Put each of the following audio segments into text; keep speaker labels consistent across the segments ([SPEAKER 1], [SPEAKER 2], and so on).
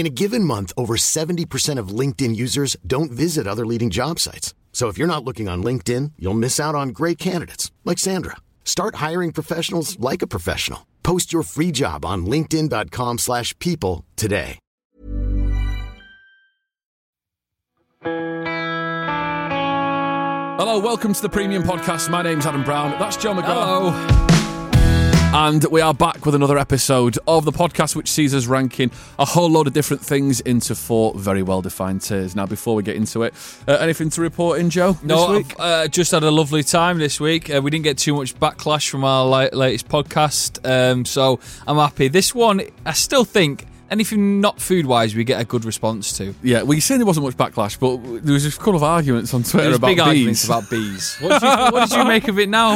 [SPEAKER 1] In a given month, over 70% of LinkedIn users don't visit other leading job sites. So if you're not looking on LinkedIn, you'll miss out on great candidates like Sandra. Start hiring professionals like a professional. Post your free job on linkedin.com/people slash people today.
[SPEAKER 2] Hello, welcome to the Premium Podcast. My name's Adam Brown. That's Joe McGraw. Hello. And we are back with another episode of the podcast, which sees us ranking a whole load of different things into four very well defined tiers. Now, before we get into it, uh, anything to report in, Joe?
[SPEAKER 3] No,
[SPEAKER 2] this week?
[SPEAKER 3] I've uh, just had a lovely time this week. Uh, we didn't get too much backlash from our li- latest podcast, um, so I'm happy. This one, I still think anything not food wise, we get a good response to.
[SPEAKER 2] yeah, well, you saying there wasn't much backlash, but there was a couple of arguments on Twitter
[SPEAKER 3] There's
[SPEAKER 2] about
[SPEAKER 3] big
[SPEAKER 2] bees.
[SPEAKER 3] arguments about bees. What did, you, what did you make of it now?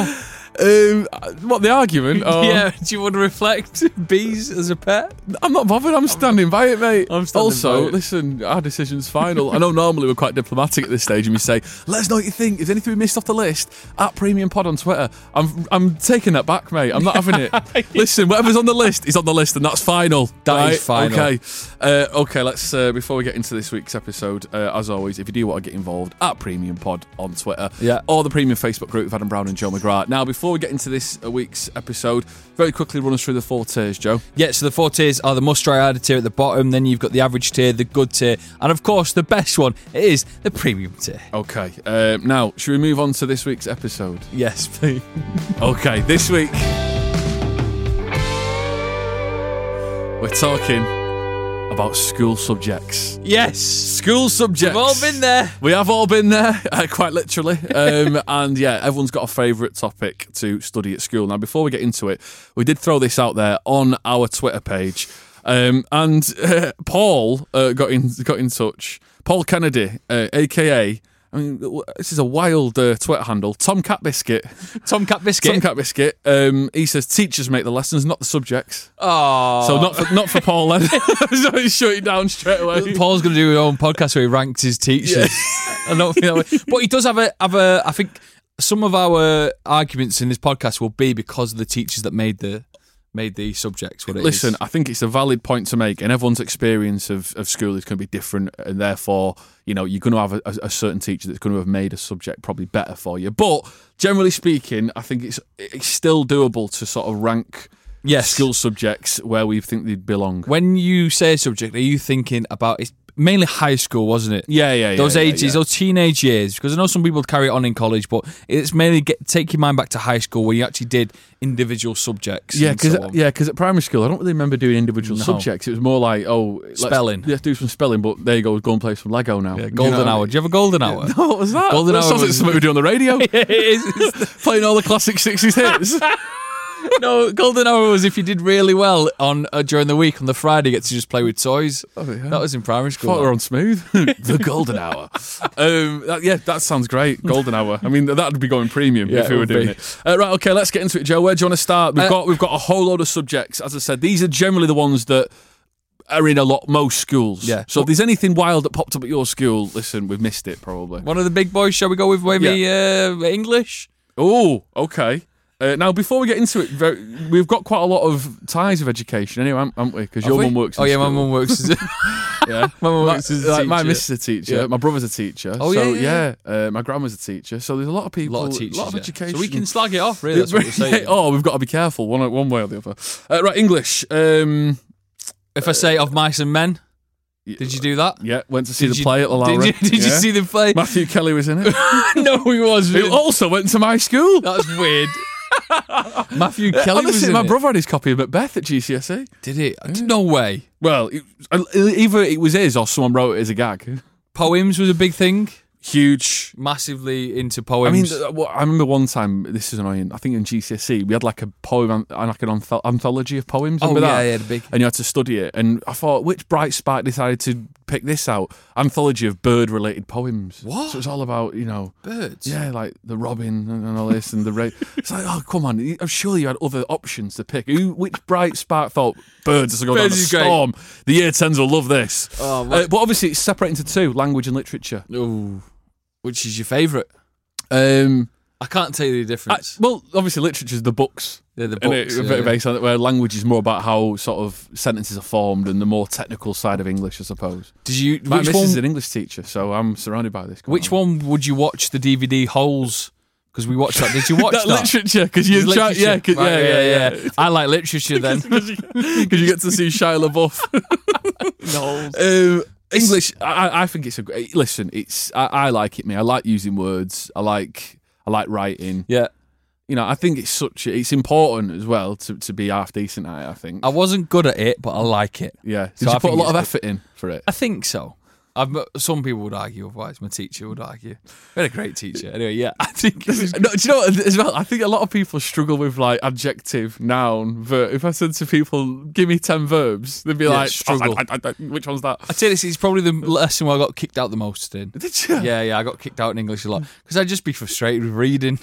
[SPEAKER 2] Um, what the argument? Or...
[SPEAKER 3] Yeah, do you want to reflect bees as a pet?
[SPEAKER 2] I'm not bothered. I'm standing by it, mate.
[SPEAKER 3] I'm standing
[SPEAKER 2] also,
[SPEAKER 3] by it.
[SPEAKER 2] listen, our decision's final. I know normally we're quite diplomatic at this stage, and we say, "Let us know what you think." Is there anything we missed off the list? At Premium Pod on Twitter, I'm I'm taking that back, mate. I'm not having it. listen, whatever's on the list is on the list, and that's final.
[SPEAKER 3] That
[SPEAKER 2] That
[SPEAKER 3] is
[SPEAKER 2] is
[SPEAKER 3] final.
[SPEAKER 2] Okay. Uh, okay, let's, uh, before we get into this week's episode, uh, as always, if you do want to get involved, at Premium Pod on Twitter
[SPEAKER 3] Yeah.
[SPEAKER 2] or the Premium Facebook group with Adam Brown and Joe McGrath. Now, before we get into this uh, week's episode, very quickly run us through the four tiers, Joe.
[SPEAKER 3] Yeah, so the four tiers are the must try harder tier at the bottom, then you've got the average tier, the good tier, and of course, the best one is the premium tier.
[SPEAKER 2] Okay. Uh, now, should we move on to this week's episode?
[SPEAKER 3] Yes, please.
[SPEAKER 2] Okay, this week we're talking about school subjects.
[SPEAKER 3] Yes!
[SPEAKER 2] School subjects.
[SPEAKER 3] We've all been there.
[SPEAKER 2] We have all been there, uh, quite literally. Um, and yeah, everyone's got a favourite topic to study at school. Now, before we get into it, we did throw this out there on our Twitter page. Um, and uh, Paul uh, got in got in touch. Paul Kennedy, uh, aka, I mean, this is a wild uh, Twitter handle, Tomcat Biscuit.
[SPEAKER 3] Tomcat biscuit.
[SPEAKER 2] Tomcat Biscuit. Um, he says teachers make the lessons, not the subjects.
[SPEAKER 3] Aww.
[SPEAKER 2] So not for, not for Paul then. so he's shutting down straight away.
[SPEAKER 3] Paul's going to do his own podcast where he ranks his teachers. I don't think that way. But he does have a have a. I think some of our arguments in this podcast will be because of the teachers that made the made the subjects. What it is.
[SPEAKER 2] Listen, I think it's a valid point to make, and everyone's experience of, of school is going to be different, and therefore, you know, you're going to have a, a certain teacher that's going to have made a subject probably better for you. But generally speaking, I think it's it's still doable to sort of rank
[SPEAKER 3] yes,
[SPEAKER 2] school subjects where we think they belong.
[SPEAKER 3] When you say subject, are you thinking about it's mainly high school, wasn't it?
[SPEAKER 2] Yeah, yeah, yeah,
[SPEAKER 3] Those
[SPEAKER 2] yeah,
[SPEAKER 3] ages,
[SPEAKER 2] yeah.
[SPEAKER 3] those teenage years, because I know some people carry it on in college, but it's mainly get, take your mind back to high school where you actually did individual subjects.
[SPEAKER 2] Yeah,
[SPEAKER 3] and
[SPEAKER 2] because
[SPEAKER 3] so on.
[SPEAKER 2] yeah, 'cause at primary school, I don't really remember doing individual
[SPEAKER 3] No.
[SPEAKER 2] subjects. It was more like, oh, let's-
[SPEAKER 3] Spelling.
[SPEAKER 2] Let's, do some spelling, but there you go, go and play some Lego now.
[SPEAKER 3] Yeah,
[SPEAKER 2] You
[SPEAKER 3] golden
[SPEAKER 2] know what I
[SPEAKER 3] hour.
[SPEAKER 2] mean?
[SPEAKER 3] Do you have a golden hour?
[SPEAKER 2] No, what was that?
[SPEAKER 3] Golden
[SPEAKER 2] that
[SPEAKER 3] hour
[SPEAKER 2] sounds like
[SPEAKER 3] was-
[SPEAKER 2] something we do on the radio,
[SPEAKER 3] it is. It's the-
[SPEAKER 2] playing all the classic sixties hits.
[SPEAKER 3] No, Oh, golden hour was if you did really well on uh, during the week on the Friday, you get to just play with toys.
[SPEAKER 2] Oh, yeah.
[SPEAKER 3] That was in primary school.
[SPEAKER 2] Thought we were on smooth. the golden hour. Um, that- yeah, that sounds great. Golden hour. I mean, that'd be going premium
[SPEAKER 3] Yeah,
[SPEAKER 2] if we
[SPEAKER 3] it
[SPEAKER 2] were
[SPEAKER 3] would
[SPEAKER 2] doing
[SPEAKER 3] be.
[SPEAKER 2] it. Uh, right. Okay. Let's get into it, Joe. Where do you want to start? We've
[SPEAKER 3] Uh,
[SPEAKER 2] got we've got a whole load of subjects. As I said, these are generally the ones that are in a lot most schools.
[SPEAKER 3] Yeah.
[SPEAKER 2] So if there's anything wild that popped up at your school, listen, we've missed it probably.
[SPEAKER 3] One of the big boys. Shall we go with maybe uh, English?
[SPEAKER 2] Oh, okay. Uh, now, before we get into it, very, we've got quite a lot of ties of education, anyway, haven't- haven't we? Because your
[SPEAKER 3] Have we?
[SPEAKER 2] mum works. In
[SPEAKER 3] Oh yeah, my
[SPEAKER 2] school.
[SPEAKER 3] mum works. As a,
[SPEAKER 2] Yeah,
[SPEAKER 3] My mum
[SPEAKER 2] my,
[SPEAKER 3] works as a
[SPEAKER 2] like, my
[SPEAKER 3] teacher.
[SPEAKER 2] missus is a teacher.
[SPEAKER 3] Yeah.
[SPEAKER 2] My brother's a teacher.
[SPEAKER 3] Oh,
[SPEAKER 2] so,
[SPEAKER 3] yeah, yeah,
[SPEAKER 2] yeah. Uh, my grandma's a teacher. So there's a lot of
[SPEAKER 3] a
[SPEAKER 2] people.
[SPEAKER 3] lot of teachers.
[SPEAKER 2] lot of
[SPEAKER 3] yeah.
[SPEAKER 2] education.
[SPEAKER 3] So we can slag it off. Really, that's what we're saying.
[SPEAKER 2] oh, we've got to be careful one one way or the other. Uh, right, English. Um,
[SPEAKER 3] If I say of mice and men, did you do that?
[SPEAKER 2] yeah, went to see
[SPEAKER 3] Did
[SPEAKER 2] the
[SPEAKER 3] you-
[SPEAKER 2] play at La Lara.
[SPEAKER 3] Did you, did you
[SPEAKER 2] Yeah.
[SPEAKER 3] see the play?
[SPEAKER 2] Matthew Kelly was in it?
[SPEAKER 3] no, he was.
[SPEAKER 2] who also went to my school. Uh,
[SPEAKER 3] That's weird. Uh, Matthew Kelly was
[SPEAKER 2] Honestly,
[SPEAKER 3] in
[SPEAKER 2] my
[SPEAKER 3] it.
[SPEAKER 2] brother had his copy of Macbeth at GCSE.
[SPEAKER 3] Did it? No way.
[SPEAKER 2] Well, it, uh, either it was his or someone wrote it as a gag.
[SPEAKER 3] Poems was a big thing.
[SPEAKER 2] Huge.
[SPEAKER 3] Massively into
[SPEAKER 2] I mean,
[SPEAKER 3] poems.
[SPEAKER 2] th- well, I remember one time. This is annoying. I think in GCSE E, we had like a poem, an- like an antho- anthology of poems.
[SPEAKER 3] Oh,
[SPEAKER 2] remember
[SPEAKER 3] yeah,
[SPEAKER 2] that?
[SPEAKER 3] yeah, the big-
[SPEAKER 2] And you had to study it. And I thought, which bright spark decided to pick this out? Anthology of bird-related poems.
[SPEAKER 3] What?
[SPEAKER 2] So it's all about you know
[SPEAKER 3] Birds?
[SPEAKER 2] Yeah, like the uh, robin and, and all this and the ray. It's like, oh come on! you- I'm sure you had other options to pick. Who, which bright spark thought birds is going to go
[SPEAKER 3] Birds
[SPEAKER 2] down a
[SPEAKER 3] is great.
[SPEAKER 2] storm? The year tens will love this. Oh, uh, but obviously, it's separate into two: language and literature.
[SPEAKER 3] Ooh. Which is your favourite?
[SPEAKER 2] Um.
[SPEAKER 3] I can't tell you
[SPEAKER 2] I-
[SPEAKER 3] the difference.
[SPEAKER 2] well, obviously, literature is the books.
[SPEAKER 3] They're the
[SPEAKER 2] and it-
[SPEAKER 3] books,
[SPEAKER 2] a bit
[SPEAKER 3] yeah.
[SPEAKER 2] based on it, where language is more about how sort of sentences are formed and the more technical side of English, I suppose.
[SPEAKER 3] Did you?
[SPEAKER 2] My
[SPEAKER 3] which
[SPEAKER 2] missus
[SPEAKER 3] one?
[SPEAKER 2] is an English teacher, so I'm surrounded by this. Come
[SPEAKER 3] Which
[SPEAKER 2] on.
[SPEAKER 3] one would you watch the DVD holes? Because we watched that. Did you watch that?
[SPEAKER 2] That literature, because you
[SPEAKER 3] It's
[SPEAKER 2] try,
[SPEAKER 3] literature.
[SPEAKER 2] yeah, 'cause-
[SPEAKER 3] Right,
[SPEAKER 2] yeah, yeah, yeah,
[SPEAKER 3] I like literature then.
[SPEAKER 2] because you get to see Shia LaBeouf. Um, English, I, I think it's a great. Listen, it's I, I like it. Me, I like using words. I like I like writing.
[SPEAKER 3] yeah.
[SPEAKER 2] You know, I think it's such. a- It's important as well to, to be half decent at it. I think.
[SPEAKER 3] I wasn't good at it, but I like it.
[SPEAKER 2] Yeah. Oh. Did
[SPEAKER 3] So
[SPEAKER 2] you
[SPEAKER 3] I
[SPEAKER 2] put a
[SPEAKER 3] think
[SPEAKER 2] lot of
[SPEAKER 3] it's
[SPEAKER 2] effort in for it?
[SPEAKER 3] I think so. I've, some people would argue otherwise. My teacher would argue. We had a great teacher. Anyway, yeah, I think it was
[SPEAKER 2] No, do you know what, as well? I think a lot of people struggle with like adjective, noun, verb. If I said to people, "Give me ten verbs," they'd be like,
[SPEAKER 3] struggle.
[SPEAKER 2] "Oh, I- I- I- which one's that?
[SPEAKER 3] I tell you this, it's probably the lesson where I got kicked out the most in.
[SPEAKER 2] Did you?
[SPEAKER 3] Yeah, yeah, I got kicked out in English a lot because I'd just be frustrated with reading.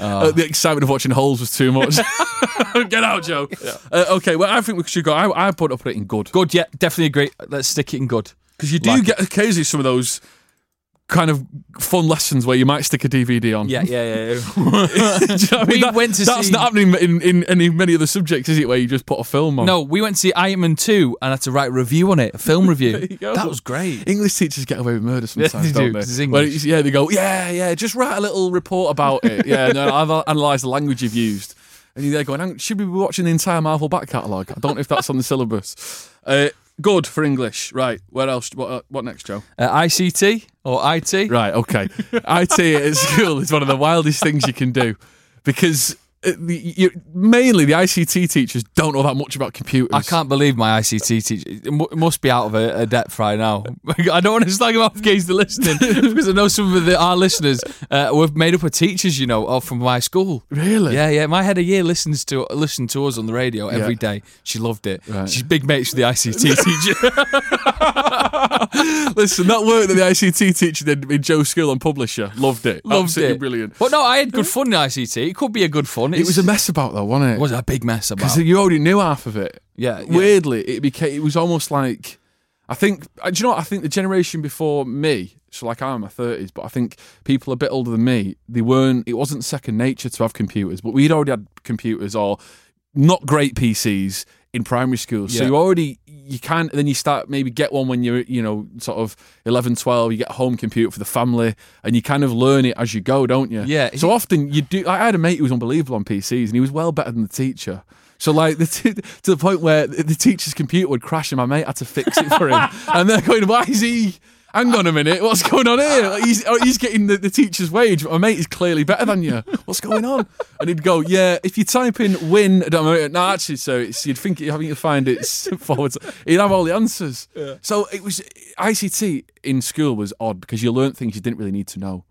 [SPEAKER 2] Uh, the excitement of watching holes was too much. Get out, Joe. Uh, okay, well, I think we should go. I, I put up it in good
[SPEAKER 3] good, yeah, definitely agree. Let's stick it in good.
[SPEAKER 2] because you do
[SPEAKER 3] Like
[SPEAKER 2] get occasionally some of those kind of fun lessons where you might stick a DVD on.
[SPEAKER 3] Yeah, yeah,
[SPEAKER 2] Do
[SPEAKER 3] yeah.
[SPEAKER 2] you know what I mean?
[SPEAKER 3] We went to
[SPEAKER 2] that's
[SPEAKER 3] see-
[SPEAKER 2] not happening in, in any many other subjects, is it? Where you just put a film on.
[SPEAKER 3] no, we went to see Iron Man 2 and had to write a review on it, a film review.
[SPEAKER 2] you go.
[SPEAKER 3] That was great.
[SPEAKER 2] English teachers get away with murder sometimes,
[SPEAKER 3] they
[SPEAKER 2] not
[SPEAKER 3] do,
[SPEAKER 2] they?
[SPEAKER 3] 'cause it's English.
[SPEAKER 2] Well, it's- yeah, they go, yeah, yeah, just write a little report about it. Yeah, no, I've analysed the language you've used. And you're there going, "Hang- should we be watching the entire Marvel back catalogue? I don't know if that's on the syllabus. Uh, good for English. Right, where else? What, uh, what next, Joe?
[SPEAKER 3] Uh, ICT or IT?
[SPEAKER 2] Right, okay. IT at school is one of the wildest things you can do because uh, the, you, mainly the ICT teachers don't know that much about computers.
[SPEAKER 3] I can't believe my ICT teacher it mu- must be out of a, a depth right now. I don't want to slag him off, guys, the listening, because I know some of the, our listeners uh, were made up of teachers, you know, or from my school.
[SPEAKER 2] Really?
[SPEAKER 3] Yeah, yeah. My head a year listens to listened to us on the radio every day. She loved it. She's big mates with the ICT teacher.
[SPEAKER 2] Listen, that work that the ICT teacher did in Joe's school and publisher, loved it.
[SPEAKER 3] loved
[SPEAKER 2] Absolutely
[SPEAKER 3] it.
[SPEAKER 2] brilliant.
[SPEAKER 3] But no, I had good fun in ICT. It could be a good fun.
[SPEAKER 2] It was a mess about though, wasn't
[SPEAKER 3] It
[SPEAKER 2] it?
[SPEAKER 3] was a big mess about.
[SPEAKER 2] because you already knew half of it.
[SPEAKER 3] Yeah, yeah.
[SPEAKER 2] Weirdly, it became. It was almost like, I think. uh, Do you know? What? I think the generation before me, so like I'm in my thirties, but I think people a bit older than me, they weren't. It wasn't second nature to have computers, but we'd already had computers or not great PCs in primary school. So
[SPEAKER 3] Yeah.
[SPEAKER 2] you already you can then you start maybe get one when you're you know sort of 11 12 you get a home computer for the family and you kind of learn it as you go don't you
[SPEAKER 3] Yeah.
[SPEAKER 2] so often you do. I had a mate who was unbelievable on PCs, and he was well better than the teacher. So like the t- to the point where the the teacher's computer would crash, and my mate had to fix it for him. and they're going, "Why is he?" Hang on a minute, what's going on here? Like, He's, oh, he's getting the, the teacher's wage, but my mate is clearly better than you. What's going on? And he'd go, yeah, if you type in win, I don't know, no, actually, so it's, you'd think, it- I think you'd find it's forwards. He'd have all the answers. So it was, ICT in school was odd because you learnt things you didn't really need to know.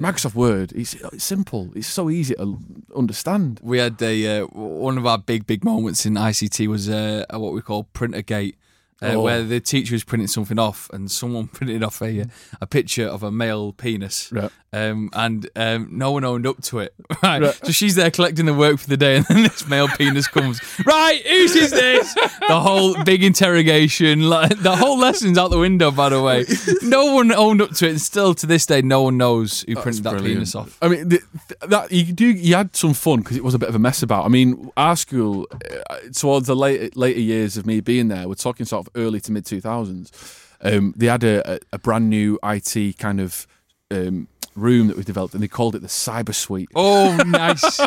[SPEAKER 2] Microsoft Word, it's, it's simple. It's so easy to understand.
[SPEAKER 3] we had a uh, one of our big big moments in ICT was uh, what we call Printergate, uh,
[SPEAKER 2] Oh.
[SPEAKER 3] where the teacher was printing something off, and someone printed off a uh,
[SPEAKER 2] Mm.
[SPEAKER 3] a picture of a male penis,
[SPEAKER 2] Right.
[SPEAKER 3] um, and um, no one owned up to it. Right. so she's there collecting the work for the day, and then this male penis comes. Right, whose is this? The whole big interrogation, like, the whole lesson's out the window. By the way, no one owned up to it, and still to this day, no one knows who printed that penis off.
[SPEAKER 2] I mean, th- th- that you do. You had some fun because it was a bit of a mess about. I mean, our school, uh, towards the later later years of me being there, we're talking sort of early to mid two thousands. Um, they had a, a, a brand new IT kind of um, room that was developed, and they called it the Cyber Suite.
[SPEAKER 3] Oh, nice,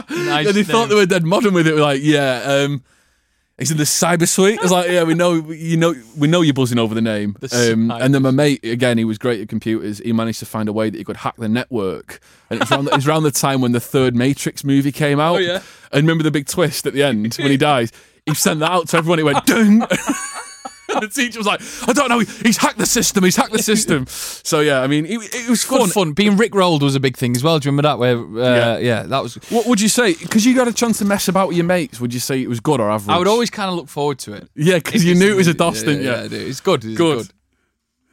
[SPEAKER 3] nice.
[SPEAKER 2] and they thought
[SPEAKER 3] name.
[SPEAKER 2] they were dead modern with it. We're like, yeah, um, He's in the cyber suite. I was like, yeah, we know, you know, we know you're buzzing over the name.
[SPEAKER 3] The
[SPEAKER 2] um,
[SPEAKER 3] cyber
[SPEAKER 2] and then my mate, again, he was great at computers. He managed to find a way that he could hack the network. And it's around, it's around the time when the third Matrix movie came out.
[SPEAKER 3] Oh, yeah.
[SPEAKER 2] And remember the big twist at the end when he dies? He sent that out to everyone. He went, ding. And the teacher was like, I don't know. He's hacked the system. He's hacked the system. So, yeah, I mean, it, it was
[SPEAKER 3] Good
[SPEAKER 2] fun.
[SPEAKER 3] fun. Being rickrolled was a big thing as well. Do you remember that? Where
[SPEAKER 2] Yeah.
[SPEAKER 3] uh, yeah. that was.
[SPEAKER 2] What would you say? Because you got a chance to mess about with your mates. Would you say it was good or average?
[SPEAKER 3] I would always kind of look forward to it.
[SPEAKER 2] Yeah, because
[SPEAKER 3] If
[SPEAKER 2] you
[SPEAKER 3] it's
[SPEAKER 2] knew it was a
[SPEAKER 3] something-
[SPEAKER 2] DOS,
[SPEAKER 3] yeah,
[SPEAKER 2] didn't you?
[SPEAKER 3] yeah, I do. It's good. It's
[SPEAKER 2] Good.
[SPEAKER 3] good.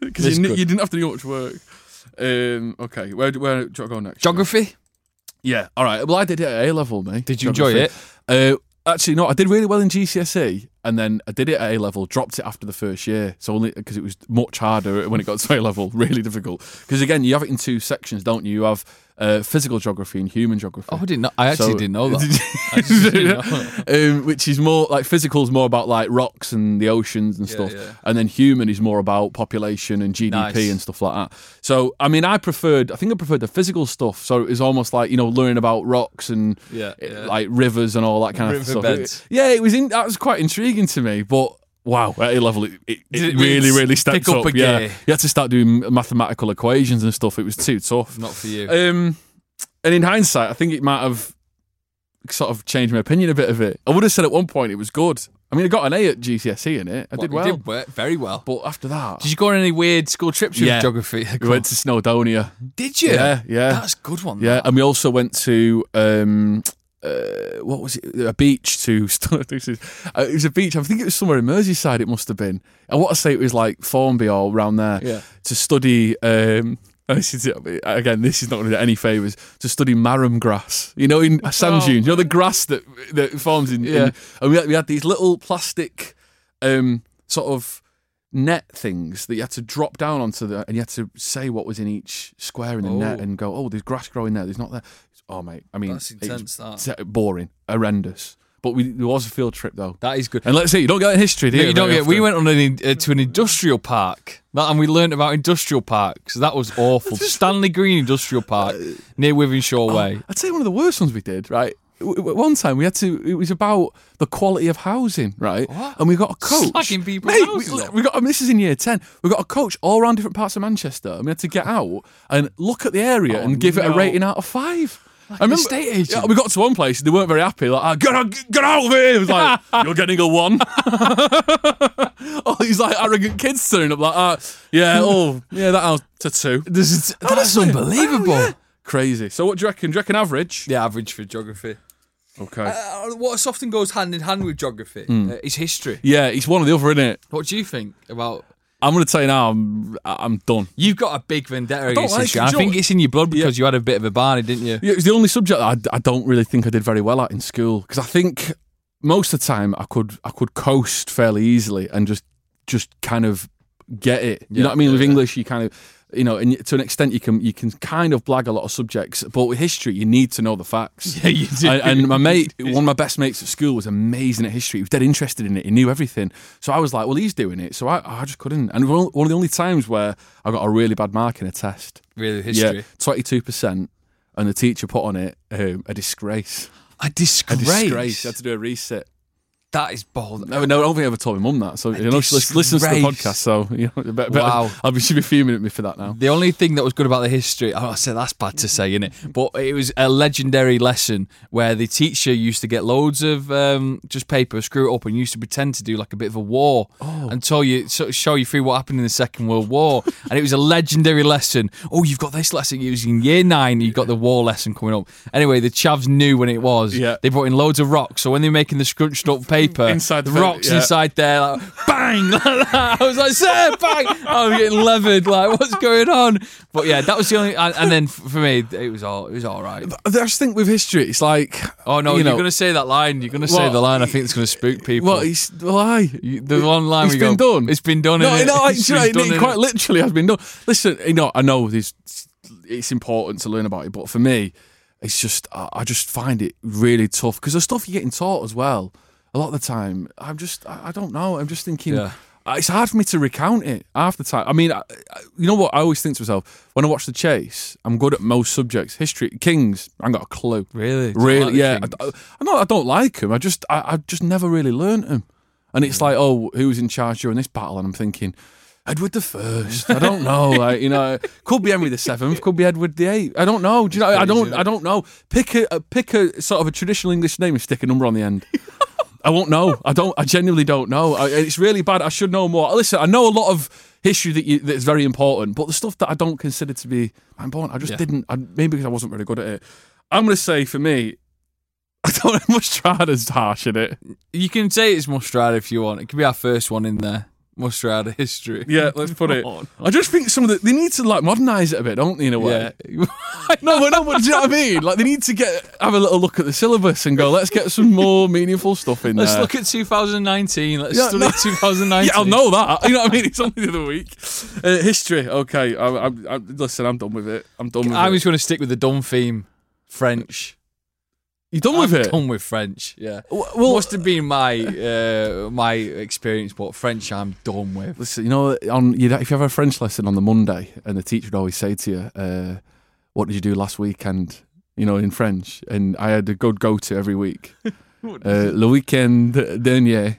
[SPEAKER 2] Because
[SPEAKER 3] It's
[SPEAKER 2] you, knew-
[SPEAKER 3] good.
[SPEAKER 2] you didn't have to do much work. Um, okay, where do, where do I go next?
[SPEAKER 3] Geography.
[SPEAKER 2] Yeah, all right. Well, I did it at A level, mate.
[SPEAKER 3] Did you enjoy
[SPEAKER 2] it? Uh, actually, no. I did really well in GCSE, E, and then I did it at A level. Dropped it after the first year, so only because it was much harder when it got to A level. Really difficult. Because again, you have it in two sections, don't you? You have uh, physical geography and human geography.
[SPEAKER 3] Oh, I didn't. Know, I actually
[SPEAKER 2] So-
[SPEAKER 3] didn't know that. I actually didn't know that.
[SPEAKER 2] um, which is more like physical is more about like rocks and the oceans and stuff,
[SPEAKER 3] yeah.
[SPEAKER 2] and then human is more about population and GDP
[SPEAKER 3] Nice.
[SPEAKER 2] and stuff like that. So, I mean, I preferred, I think I preferred the physical stuff. So it was almost like you know learning about rocks and
[SPEAKER 3] Yeah,
[SPEAKER 2] eh,
[SPEAKER 3] yeah.
[SPEAKER 2] like rivers and all that kind of stuff.
[SPEAKER 3] Riverbeds.
[SPEAKER 2] It- yeah, it was in, that was quite intriguing to me, but. Wow, at A level, it, it, it
[SPEAKER 3] Did it
[SPEAKER 2] really,
[SPEAKER 3] really
[SPEAKER 2] really stepped
[SPEAKER 3] pick up a
[SPEAKER 2] yeah,
[SPEAKER 3] gear?
[SPEAKER 2] you had to start doing mathematical equations and stuff. It was too tough.
[SPEAKER 3] Not for you.
[SPEAKER 2] Um, and in hindsight, I think it might have sort of changed my opinion a bit of it. I would have said at one point it was good. I mean, I got an A at GCSE E in it. I did well,
[SPEAKER 3] You did work very well.
[SPEAKER 2] but after that,
[SPEAKER 3] Did you go on any weird school trips with
[SPEAKER 2] Yeah.
[SPEAKER 3] geography?
[SPEAKER 2] we went to Snowdonia.
[SPEAKER 3] Did you?
[SPEAKER 2] Yeah, yeah.
[SPEAKER 3] That's a good one.
[SPEAKER 2] Yeah,
[SPEAKER 3] that.
[SPEAKER 2] and we also went to um, uh, what was it? A beach to this is- uh, it was a beach. I think it was somewhere in Merseyside. It must have been. I want to say it was like Formby or around there.
[SPEAKER 3] Yeah.
[SPEAKER 2] To study. Um, this is, again, this is not going to do any favours. To study marum grass, you know, in sand dunes, you know, the grass that that forms in. in-
[SPEAKER 3] Oh. Yeah.
[SPEAKER 2] and we had, we had these little plastic, um, sort of net things that you had to drop down onto the and you had to say what was in each square in the net
[SPEAKER 3] Oh.
[SPEAKER 2] and go oh there's grass growing there there's not there oh mate i mean
[SPEAKER 3] That's intense, that.
[SPEAKER 2] it's te- boring horrendous but we there was a field trip though
[SPEAKER 3] That is good.
[SPEAKER 2] and let's say you don't get that in history do
[SPEAKER 3] No,
[SPEAKER 2] you,
[SPEAKER 3] you don't
[SPEAKER 2] very
[SPEAKER 3] get. We
[SPEAKER 2] often?
[SPEAKER 3] went on an, uh, to an industrial park, that, and we learnt about industrial parks. That was awful. Stanley Green Industrial Park near Withenshaw Way.
[SPEAKER 2] I'd say one of the worst ones we did, right? w- w- One time we had to. It was about the quality of housing, right? And we got a coach.
[SPEAKER 3] Slagging people's
[SPEAKER 2] Mate,
[SPEAKER 3] houses
[SPEAKER 2] we,
[SPEAKER 3] off.
[SPEAKER 2] we got. I mean, this is in year ten. We got a coach all around different parts of Manchester, and we had to get out and look at the area and give it a
[SPEAKER 3] Oh, no.
[SPEAKER 2] rating out of five. I
[SPEAKER 3] an
[SPEAKER 2] remember,
[SPEAKER 3] estate agent.
[SPEAKER 2] Yeah, we got to one place. They weren't very happy. Like, "Ah, get out, get out of here! It was like, you're getting a one. oh, these like arrogant kids turning up. Like, ah, yeah, oh, yeah, that house to two.
[SPEAKER 3] This is, that's
[SPEAKER 2] Honestly.
[SPEAKER 3] unbelievable.
[SPEAKER 2] Oh, yeah. Crazy. So, what do you reckon? Do you reckon average?
[SPEAKER 3] The average for geography.
[SPEAKER 2] Okay.
[SPEAKER 3] Uh, what often goes hand in hand with geography
[SPEAKER 2] Hmm.
[SPEAKER 3] uh, is history.
[SPEAKER 2] Yeah, it's one or the other, isn't it?
[SPEAKER 3] What do you think about?
[SPEAKER 2] I'm going to tell you now, I'm, I'm done.
[SPEAKER 3] You've got a big vendetta
[SPEAKER 2] don't
[SPEAKER 3] against
[SPEAKER 2] like
[SPEAKER 3] history.
[SPEAKER 2] it,
[SPEAKER 3] I
[SPEAKER 2] Joe.
[SPEAKER 3] think it's in your blood because you had a bit of a barney, didn't you?
[SPEAKER 2] Yeah, it was the only subject that I, I don't really think I did very well at in school because I think most of the time I could I could coast fairly easily and just just kind of get it. You
[SPEAKER 3] Yeah,
[SPEAKER 2] know what I mean? With
[SPEAKER 3] yeah, yeah.
[SPEAKER 2] English, you kind of you know, and to an extent, you can you can kind of blag a lot of subjects, but with history, you need to know the facts.
[SPEAKER 3] Yeah, you do.
[SPEAKER 2] And, and my mate, one of my best mates at school, was amazing at history. He was dead interested in it. He knew everything. So I was like, well, he's doing it. So I, I just couldn't. And one one of the only times where I got a really bad mark in a test.
[SPEAKER 3] Really, history.
[SPEAKER 2] Yeah, twenty-two percent, and the teacher put on it um, a disgrace.
[SPEAKER 3] A disgrace.
[SPEAKER 2] I had to do a reset.
[SPEAKER 3] That is bold.
[SPEAKER 2] No, no, I don't think I ever told my mum that. So you know, she lis- listens to the
[SPEAKER 3] disgrace.
[SPEAKER 2] podcast. So you know, better,
[SPEAKER 3] Wow.
[SPEAKER 2] I'll be, she'll be fuming at me for that now.
[SPEAKER 3] The only thing that was good about the history, oh, I said that's bad to say, innit? But it was a legendary lesson where the teacher used to get loads of um, just paper, screw it up, and used to pretend to do like a bit of a war
[SPEAKER 2] Oh.
[SPEAKER 3] and tell you, sort of show you through what happened in the Second World War. and it was a legendary lesson. Oh, you've got this lesson. It was in year nine. You've got the war lesson coming up. Anyway, the chavs knew when it was.
[SPEAKER 2] Yeah.
[SPEAKER 3] They brought in loads of rocks. So when they were making the scrunched up paper,
[SPEAKER 2] Inside the
[SPEAKER 3] the
[SPEAKER 2] paper,
[SPEAKER 3] rocks
[SPEAKER 2] yeah.
[SPEAKER 3] inside there, like, bang! like that. I was like, sir, bang! I was getting levered. Like, what's going on? But yeah, that was the only. And, and then f- for me, it was all it was all right.
[SPEAKER 2] I just think with history, it's like
[SPEAKER 3] Oh no,
[SPEAKER 2] you
[SPEAKER 3] you
[SPEAKER 2] know,
[SPEAKER 3] are gonna say that line. You're gonna say
[SPEAKER 2] Well,
[SPEAKER 3] the line. I think it's gonna spook people.
[SPEAKER 2] Well, it's why
[SPEAKER 3] You- the one line
[SPEAKER 2] It's
[SPEAKER 3] we
[SPEAKER 2] been
[SPEAKER 3] go,
[SPEAKER 2] done.
[SPEAKER 3] "It's been done,
[SPEAKER 2] No,
[SPEAKER 3] innit?
[SPEAKER 2] no, I, do
[SPEAKER 3] It's
[SPEAKER 2] you know,
[SPEAKER 3] been
[SPEAKER 2] it,
[SPEAKER 3] done,
[SPEAKER 2] it quite
[SPEAKER 3] innit?
[SPEAKER 2] literally has been done. Listen, you know, I know this. It's important to learn about it, but for me, it's just I, I just find it really tough because the stuff you're getting taught as well. A lot of the time, I'm just I, I don't know. I'm just thinking.
[SPEAKER 3] Yeah.
[SPEAKER 2] uh, It's hard for me to recount it half the time. I mean, I, I- you know what? I always think to myself when I watch The Chase, I'm good at most subjects. History, Kings, I ain't got a clue.
[SPEAKER 3] Really? Do you
[SPEAKER 2] really?
[SPEAKER 3] like The
[SPEAKER 2] yeah. I,
[SPEAKER 3] Kings?
[SPEAKER 2] I, I'm not. I don't like them. I just, I, I just never really learnt them. And it's like, oh, who's in charge during this battle? And I'm thinking, Edward the First. I don't know. Like, you know, could be Henry the Seventh. Could be Edward the Eighth. I don't know. Do you know? I don't. I don't know. Pick a, a pick a sort of a traditional English name and stick a number on the end. I won't know. I don't. I genuinely don't know. I, it's really bad. I should know more. Listen, I know a lot of history that you, that is very important, but the stuff that I don't consider to be important, I just didn't. I, maybe because I wasn't very good at it. I'm going to say for me, I don't have much tried as harsh in it.
[SPEAKER 3] You can say it's Mustrada if you want. It could be our first one in there. Mustrada history.
[SPEAKER 2] Yeah, let's put it. I just think some of the they need to like modernise it a bit, don't they? In a way.
[SPEAKER 3] Yeah.
[SPEAKER 2] No, but no, but do you know what I mean? Like they need to get have a little look at the syllabus and go, let's get some more meaningful stuff in
[SPEAKER 3] Let's
[SPEAKER 2] there.
[SPEAKER 3] look at 2019. Let's
[SPEAKER 2] Yeah,
[SPEAKER 3] study
[SPEAKER 2] no.
[SPEAKER 3] 2019.
[SPEAKER 2] Yeah, I'll know that. You know what I mean? It's only the other week. Uh, history. Okay. I, I, I, listen, I'm done with it. I'm done with
[SPEAKER 3] I'm
[SPEAKER 2] it.
[SPEAKER 3] just going to stick with the dumb theme, French.
[SPEAKER 2] You done with
[SPEAKER 3] I'm
[SPEAKER 2] it?
[SPEAKER 3] Done with French. Yeah.
[SPEAKER 2] well-
[SPEAKER 3] must have been my uh, my experience, but French, I'm done with.
[SPEAKER 2] Listen, you know, on you'd, if you have a French lesson on the Monday, and the teacher would always say to you, uh, "What did you do last weekend?" You know, in French, and I had a good go-to every week. uh, le weekend dernier,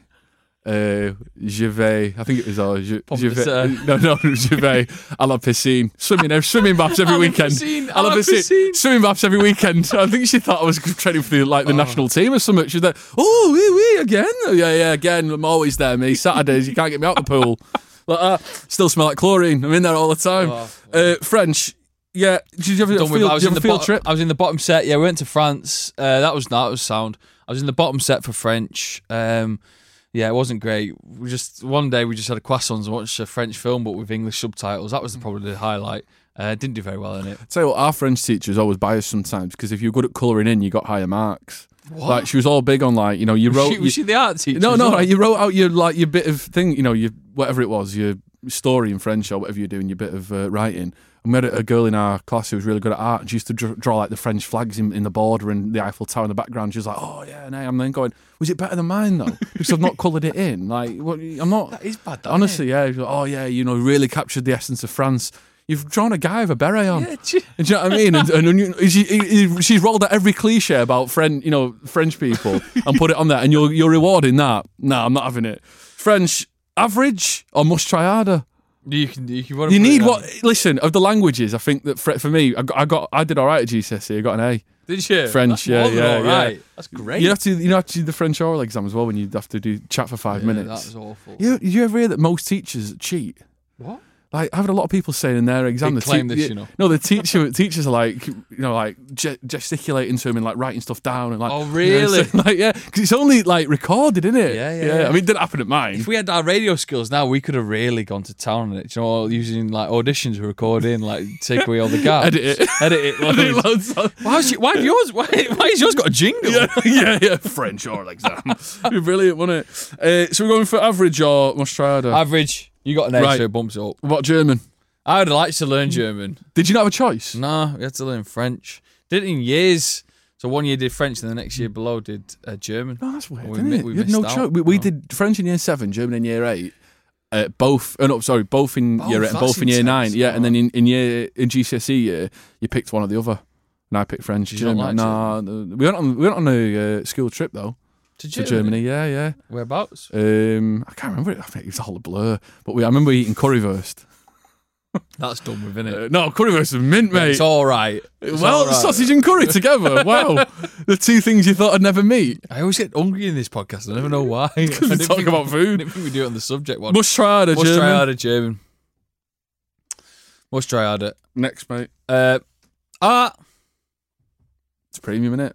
[SPEAKER 2] uh, je vais. I think it was. Uh, je,
[SPEAKER 3] Pommes
[SPEAKER 2] je
[SPEAKER 3] de
[SPEAKER 2] vais,
[SPEAKER 3] terre.
[SPEAKER 2] no, no, je vais à la piscine, swimming, ev- swimming baths every
[SPEAKER 3] À la
[SPEAKER 2] weekend.
[SPEAKER 3] piscine,
[SPEAKER 2] À la piscine, swimming baths every weekend. I think she thought I was training for the, like the national team or something. She's like, "Oh, wee wee again, yeah, yeah, again." I'm always there, me. Saturdays, you can't get me out the pool. Like that. Still smell like chlorine. I'm in there all the time. uh, French, yeah. Did you ever
[SPEAKER 3] Oh, Done
[SPEAKER 2] field,
[SPEAKER 3] with. I was
[SPEAKER 2] did you have
[SPEAKER 3] in the
[SPEAKER 2] a field
[SPEAKER 3] bottom,
[SPEAKER 2] trip?
[SPEAKER 3] I was in the bottom set. Yeah, we went to France. Uh, that was that was sound. I was in the bottom set for French. Um, yeah, it wasn't great. We just one day we just had a croissants and watched a French film, but with English subtitles. That was probably the highlight. Uh, didn't do very well in it.
[SPEAKER 2] Tell you what, our French teacher is always biased sometimes because if you're good at colouring in, you got higher marks. Like she was all big on like you know you wrote
[SPEAKER 3] Was she, was she the art
[SPEAKER 2] you-
[SPEAKER 3] teacher?
[SPEAKER 2] no
[SPEAKER 3] as
[SPEAKER 2] no
[SPEAKER 3] well?
[SPEAKER 2] like, you wrote out your like your bit of thing you know your whatever it was your story in French or whatever you're doing your bit of uh, writing. I met a a girl in our class who was really good at art. and She used to dr- draw like the French flags in, in the border and the Eiffel Tower in the background. She was like, "Oh yeah," and I- I'm then going, "Was it better than mine though? Because I've not coloured it in. Like, what, I'm not.
[SPEAKER 3] That is bad, that,
[SPEAKER 2] honestly. Yeah. She was like, oh yeah, you know, really captured the essence of France. You've drawn a guy with a beret on.
[SPEAKER 3] Yeah, do you-
[SPEAKER 2] Do you know what I mean? And, and, and she, he- he- she's rolled out every cliche about French, you know, French people, and put it on there, and you're you're rewarding that. No, I'm not having it. French average or must try harder.
[SPEAKER 3] You can. You, can
[SPEAKER 2] You need what? Listen, of the languages, I think that for, for me, I got, I got I did all right at GCSE. E. I got an A.
[SPEAKER 3] Did you?
[SPEAKER 2] French,
[SPEAKER 3] That's
[SPEAKER 2] yeah,
[SPEAKER 3] more than
[SPEAKER 2] yeah,
[SPEAKER 3] all
[SPEAKER 2] yeah.
[SPEAKER 3] right. That's great.
[SPEAKER 2] You have to you know, have to do the French oral exam as well when you have to do chat for five
[SPEAKER 3] Yeah,
[SPEAKER 2] minutes.
[SPEAKER 3] That was awful.
[SPEAKER 2] You, you ever hear that most teachers cheat?
[SPEAKER 3] What?
[SPEAKER 2] Like I've had a lot of people saying in their exam,
[SPEAKER 3] They
[SPEAKER 2] the
[SPEAKER 3] claim this,
[SPEAKER 2] yeah,
[SPEAKER 3] you know.
[SPEAKER 2] No, the teacher teachers are like, you know, like ge- gesticulating to him and like writing stuff down and like.
[SPEAKER 3] Oh,
[SPEAKER 2] you know,
[SPEAKER 3] really?
[SPEAKER 2] so, like yeah, because it's only like recorded, isn't it?
[SPEAKER 3] Yeah, yeah,
[SPEAKER 2] I
[SPEAKER 3] yeah.
[SPEAKER 2] mean, it didn't happen at mine.
[SPEAKER 3] If we had our radio skills now, we could have really gone to town on it. You know, using like auditions to record in, like take away all the gaps,
[SPEAKER 2] Edit it. uh,
[SPEAKER 3] edit it.
[SPEAKER 2] Edit
[SPEAKER 3] loads.
[SPEAKER 2] loads of-
[SPEAKER 3] Why's you, why have yours? Why, why has yours got a jingle?
[SPEAKER 2] yeah, yeah, yeah. French oral exam. It'd be brilliant, wouldn't it? Uh, so we're going for average or Mostrada.
[SPEAKER 3] Average. You got an A,
[SPEAKER 2] Right.
[SPEAKER 3] so it bumps it up.
[SPEAKER 2] what about German?
[SPEAKER 3] I would like to learn German.
[SPEAKER 2] Did you not have a choice?
[SPEAKER 3] Nah, we had to learn French. Did it in years. So one year did French, and the next year below did uh, German.
[SPEAKER 2] No, that's weird.
[SPEAKER 3] We
[SPEAKER 2] didn't
[SPEAKER 3] mi-
[SPEAKER 2] it?
[SPEAKER 3] we
[SPEAKER 2] you had no
[SPEAKER 3] missed out.
[SPEAKER 2] choice. We, we
[SPEAKER 3] No.
[SPEAKER 2] did French in year seven, German in year eight. Uh, both, oh no, sorry, both in
[SPEAKER 3] Both,
[SPEAKER 2] year eight and
[SPEAKER 3] that's
[SPEAKER 2] both in year
[SPEAKER 3] intense.
[SPEAKER 2] nine. Yeah, and then in, in year in GCSE E year, you picked one or the other. And I picked French.
[SPEAKER 3] Did you not
[SPEAKER 2] German.
[SPEAKER 3] like
[SPEAKER 2] Nah, no, we went on we went on a uh, school trip though
[SPEAKER 3] To
[SPEAKER 2] to Germany. Yeah, yeah.
[SPEAKER 3] Whereabouts?
[SPEAKER 2] Um, I can't remember it. I think it was all a blur. But we, I remember eating currywurst.
[SPEAKER 3] That's done with, isn't it?
[SPEAKER 2] Uh, no, currywurst and mint, mate.
[SPEAKER 3] It's all right. It's
[SPEAKER 2] well,
[SPEAKER 3] all right.
[SPEAKER 2] sausage and curry together. Wow, the two things you thought I'd never meet.
[SPEAKER 3] I always get hungry in this podcast. I never know why.
[SPEAKER 2] we talk about food.
[SPEAKER 3] I didn't think we do it on the subject one.
[SPEAKER 2] Must try the
[SPEAKER 3] Must
[SPEAKER 2] German.
[SPEAKER 3] try harder, German. Must try harder.
[SPEAKER 2] Next, mate.
[SPEAKER 3] Uh, art.
[SPEAKER 2] It's premium, innit?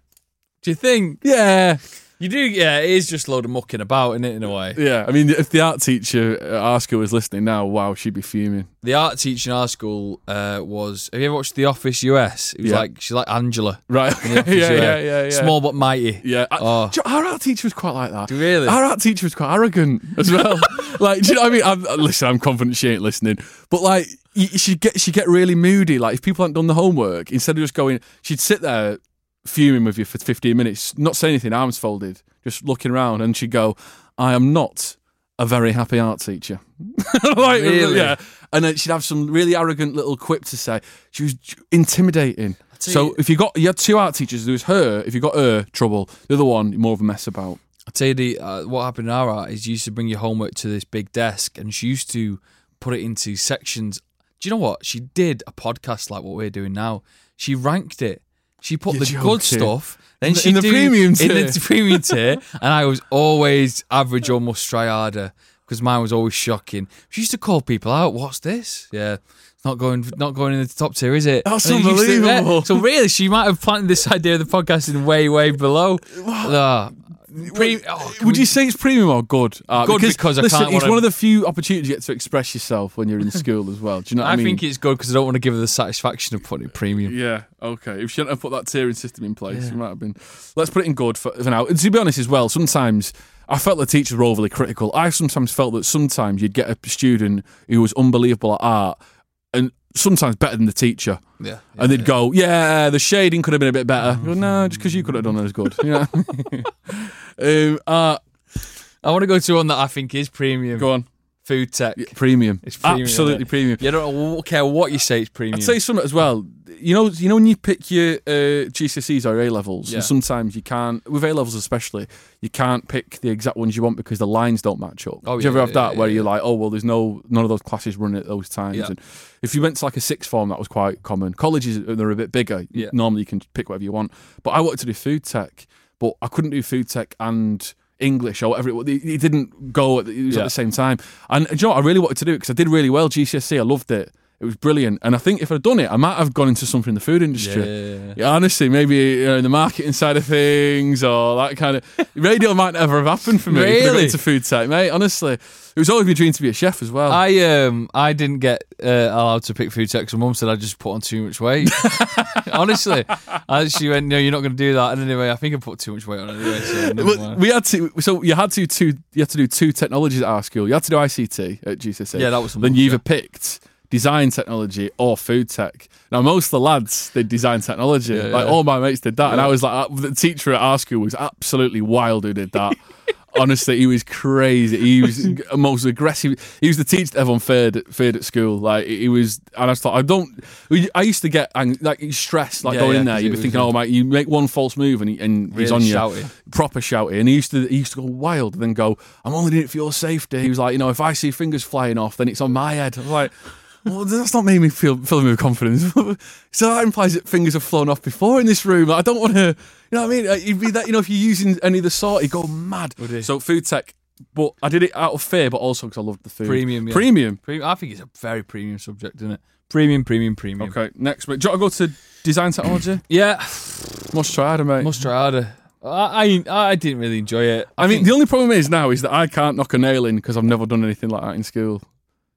[SPEAKER 3] Do you think
[SPEAKER 2] Yeah.
[SPEAKER 3] you do? Yeah, it is just a load of mucking about, isn't it? In a way,
[SPEAKER 2] Yeah, I mean, if the art teacher at our school was listening now, wow, she'd be fuming.
[SPEAKER 3] the art teacher in our school uh, was. Have you ever watched The Office US? It was
[SPEAKER 2] Yeah.
[SPEAKER 3] like she's like Angela.
[SPEAKER 2] Right?
[SPEAKER 3] in The
[SPEAKER 2] Yeah,
[SPEAKER 3] Office
[SPEAKER 2] yeah,
[SPEAKER 3] US.
[SPEAKER 2] yeah, yeah.
[SPEAKER 3] Small but mighty.
[SPEAKER 2] Yeah. I-
[SPEAKER 3] Oh.
[SPEAKER 2] do you know, our art teacher was quite like that.
[SPEAKER 3] Really?
[SPEAKER 2] Our art teacher was quite arrogant as well. like, do you know what I mean? I'm, listen, I'm confident she ain't listening, but like, y- she'd get she'd get really moody. Like, if people hadn't done the homework, instead of just going, she'd sit there fuming with you for 15 minutes, not saying anything, arms folded, just looking around, and she'd go, "I am not." A very happy art teacher. like,
[SPEAKER 3] Really?
[SPEAKER 2] Yeah. And then she'd have some really arrogant little quip to say. She was intimidating.
[SPEAKER 3] tell
[SPEAKER 2] So
[SPEAKER 3] you-
[SPEAKER 2] if you got you had two art teachers, there was her. If you got her, trouble. The other one, more of a mess about.
[SPEAKER 3] I'd say the uh, what happened in our art is you used to bring your homework to this big desk, and she used to put it into sections. Do you know what she did? A podcast like what we're doing now. She ranked it. She put
[SPEAKER 2] You're
[SPEAKER 3] the good
[SPEAKER 2] joking.
[SPEAKER 3] stuff. Then
[SPEAKER 2] In the-
[SPEAKER 3] she
[SPEAKER 2] in the
[SPEAKER 3] do-
[SPEAKER 2] premium tier.
[SPEAKER 3] in the premium tier, and I was always average, almost triada, because mine was always shocking. She used to call people out. What's this? Yeah, it's not going, not going in the top tier, is it?
[SPEAKER 2] That's
[SPEAKER 3] And it used to- yeah.
[SPEAKER 2] unbelievable.
[SPEAKER 3] So really, she might have planted this idea of the podcast in way, way below. Ah. Pre- oh, can
[SPEAKER 2] Would
[SPEAKER 3] we-
[SPEAKER 2] you say it's premium or good? Uh,
[SPEAKER 3] Good because I
[SPEAKER 2] listen,
[SPEAKER 3] can't
[SPEAKER 2] it's
[SPEAKER 3] wanna-
[SPEAKER 2] one of the few opportunities you get to express yourself when you're in school as well. Do you know what I,
[SPEAKER 3] I
[SPEAKER 2] mean?
[SPEAKER 3] think it's good because I don't want to give her the satisfaction of putting it premium.
[SPEAKER 2] Yeah. Okay. If she hadn't have put that tiering system in place, it might have been. Let's put it in good for, for now. And to be honest, as well, sometimes I felt the teachers were overly critical. I sometimes felt that sometimes you'd get a student who was unbelievable at art, and sometimes better than the teacher.
[SPEAKER 3] Yeah. Mm.
[SPEAKER 2] and they'd go, "Yeah, the shading could have been a bit better." You go, no, just because you could have done it as good. You know? um, uh,
[SPEAKER 3] I want to go to one that I think is premium.
[SPEAKER 2] go on,
[SPEAKER 3] Food tech.
[SPEAKER 2] premium.
[SPEAKER 3] It's premium.
[SPEAKER 2] absolutely
[SPEAKER 3] isn't it?
[SPEAKER 2] premium.
[SPEAKER 3] You don't care what you say, it's premium.
[SPEAKER 2] I'd say something as well. You know, you know when you pick your uh, GCSEs or A levels,
[SPEAKER 3] Yeah.
[SPEAKER 2] and sometimes you can't with A levels especially, you can't pick the exact ones you want because the lines don't match up.
[SPEAKER 3] Oh,
[SPEAKER 2] Do you ever
[SPEAKER 3] yeah,
[SPEAKER 2] have that
[SPEAKER 3] yeah,
[SPEAKER 2] where
[SPEAKER 3] yeah,
[SPEAKER 2] you're like, oh well, there's no none of those classes running at those times.
[SPEAKER 3] Yeah.
[SPEAKER 2] And if you went to like a sixth form, that was quite common. Colleges uh, they're a bit bigger.
[SPEAKER 3] Yeah.
[SPEAKER 2] Normally you can pick whatever you want. But I wanted to do food tech, but I couldn't do food tech and. English or whatever it was. It it didn't go at the, it was at
[SPEAKER 3] Yeah.
[SPEAKER 2] the same time. And do you know what? I really wanted to do it because I did really well GCSE. E. I loved it. It was brilliant. And I think if I'd done it, I might have gone into something in the food industry.
[SPEAKER 3] Yeah, yeah, yeah.
[SPEAKER 2] honestly, maybe you know, in the marketing side of things or that kind of radio might never have happened for me. if I'd got
[SPEAKER 3] Really?
[SPEAKER 2] into food tech, mate. Honestly, it was always my dream to be a chef as well.
[SPEAKER 3] I um I didn't get uh, allowed to pick food tech. So mum said I just put on too much weight. Honestly, I, she went, "No, you're not going to do that." And anyway, I think I put too much weight on anyway. So never
[SPEAKER 2] Well,
[SPEAKER 3] mind.
[SPEAKER 2] we had to, so you had to two, you had to do two technologies at our school. You had to do ICT at GCSE.
[SPEAKER 3] Yeah, that was the
[SPEAKER 2] E. Then
[SPEAKER 3] most,
[SPEAKER 2] you
[SPEAKER 3] yeah.
[SPEAKER 2] either picked design technology or food tech. Now most of the lads did design technology. like
[SPEAKER 3] yeah.
[SPEAKER 2] all my mates did that, and I was like, uh, the teacher at our school was absolutely wild who did that. Honestly, he was crazy. He was the most aggressive. He was the teacher that everyone feared, feared at school. Like he was, and I was like, I don't. we- I used to get ang- like stressed, like
[SPEAKER 3] Yeah,
[SPEAKER 2] going
[SPEAKER 3] yeah,
[SPEAKER 2] in there.
[SPEAKER 3] 'cause
[SPEAKER 2] You'd
[SPEAKER 3] it
[SPEAKER 2] be
[SPEAKER 3] was
[SPEAKER 2] thinking,
[SPEAKER 3] a-
[SPEAKER 2] oh mate, you make one false move and, he, and he's
[SPEAKER 3] Really
[SPEAKER 2] on you
[SPEAKER 3] shouty.
[SPEAKER 2] proper shouty. And he used to he used to go wild and then go, I'm only doing it for your safety. He was like, you know, if I see fingers flying off, then it's on my head. I was like, well, that's not made me feel filling me with confidence. so that implies that fingers have flown off before in this room. Like, I don't want to, you know what I mean? Like, It'd be that, you know, if you're using any of the sort, you go mad. So food tech, but I did it out of fear, but also because I loved the food.
[SPEAKER 3] Premium, yeah.
[SPEAKER 2] Premium.
[SPEAKER 3] Premium. I think it's a very premium subject, isn't it? Premium, premium, premium.
[SPEAKER 2] Okay, next. Mate. Do you want to go to design technology?
[SPEAKER 3] Yeah,
[SPEAKER 2] Must try it, mate.
[SPEAKER 3] must try harder. I, I I didn't really enjoy it.
[SPEAKER 2] I mean, the only problem is now is that I can't knock a nail in because I've never done anything like that in school.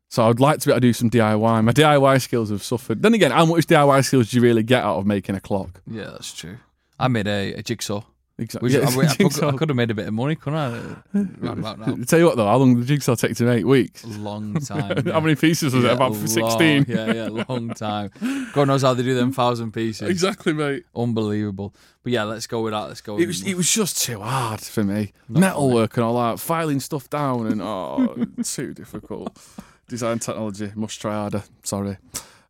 [SPEAKER 2] So I'd like to be able to do some DIY. My DIY skills have suffered. Then again, how much DIY skills do you really get out of making a clock?
[SPEAKER 3] yeah, that's true. I made a, a jigsaw.
[SPEAKER 2] Exactly.
[SPEAKER 3] Which I, I, could,
[SPEAKER 2] Jigsaw.
[SPEAKER 3] I could have made a bit of money, couldn't I? Round about now.
[SPEAKER 2] Tell you what though, how long did the jigsaw take to eight weeks?
[SPEAKER 3] Long time. yeah.
[SPEAKER 2] How many pieces was
[SPEAKER 3] Yeah,
[SPEAKER 2] it? About
[SPEAKER 3] long-
[SPEAKER 2] sixteen.
[SPEAKER 3] Yeah, yeah, long time. God knows how they do them thousand pieces.
[SPEAKER 2] Exactly, mate.
[SPEAKER 3] Unbelievable. But yeah, let's go with that. Let's go.
[SPEAKER 2] It was it was just too hard for me. Metalwork and all that, filing stuff down and oh, too difficult. Design technology must try harder. Sorry.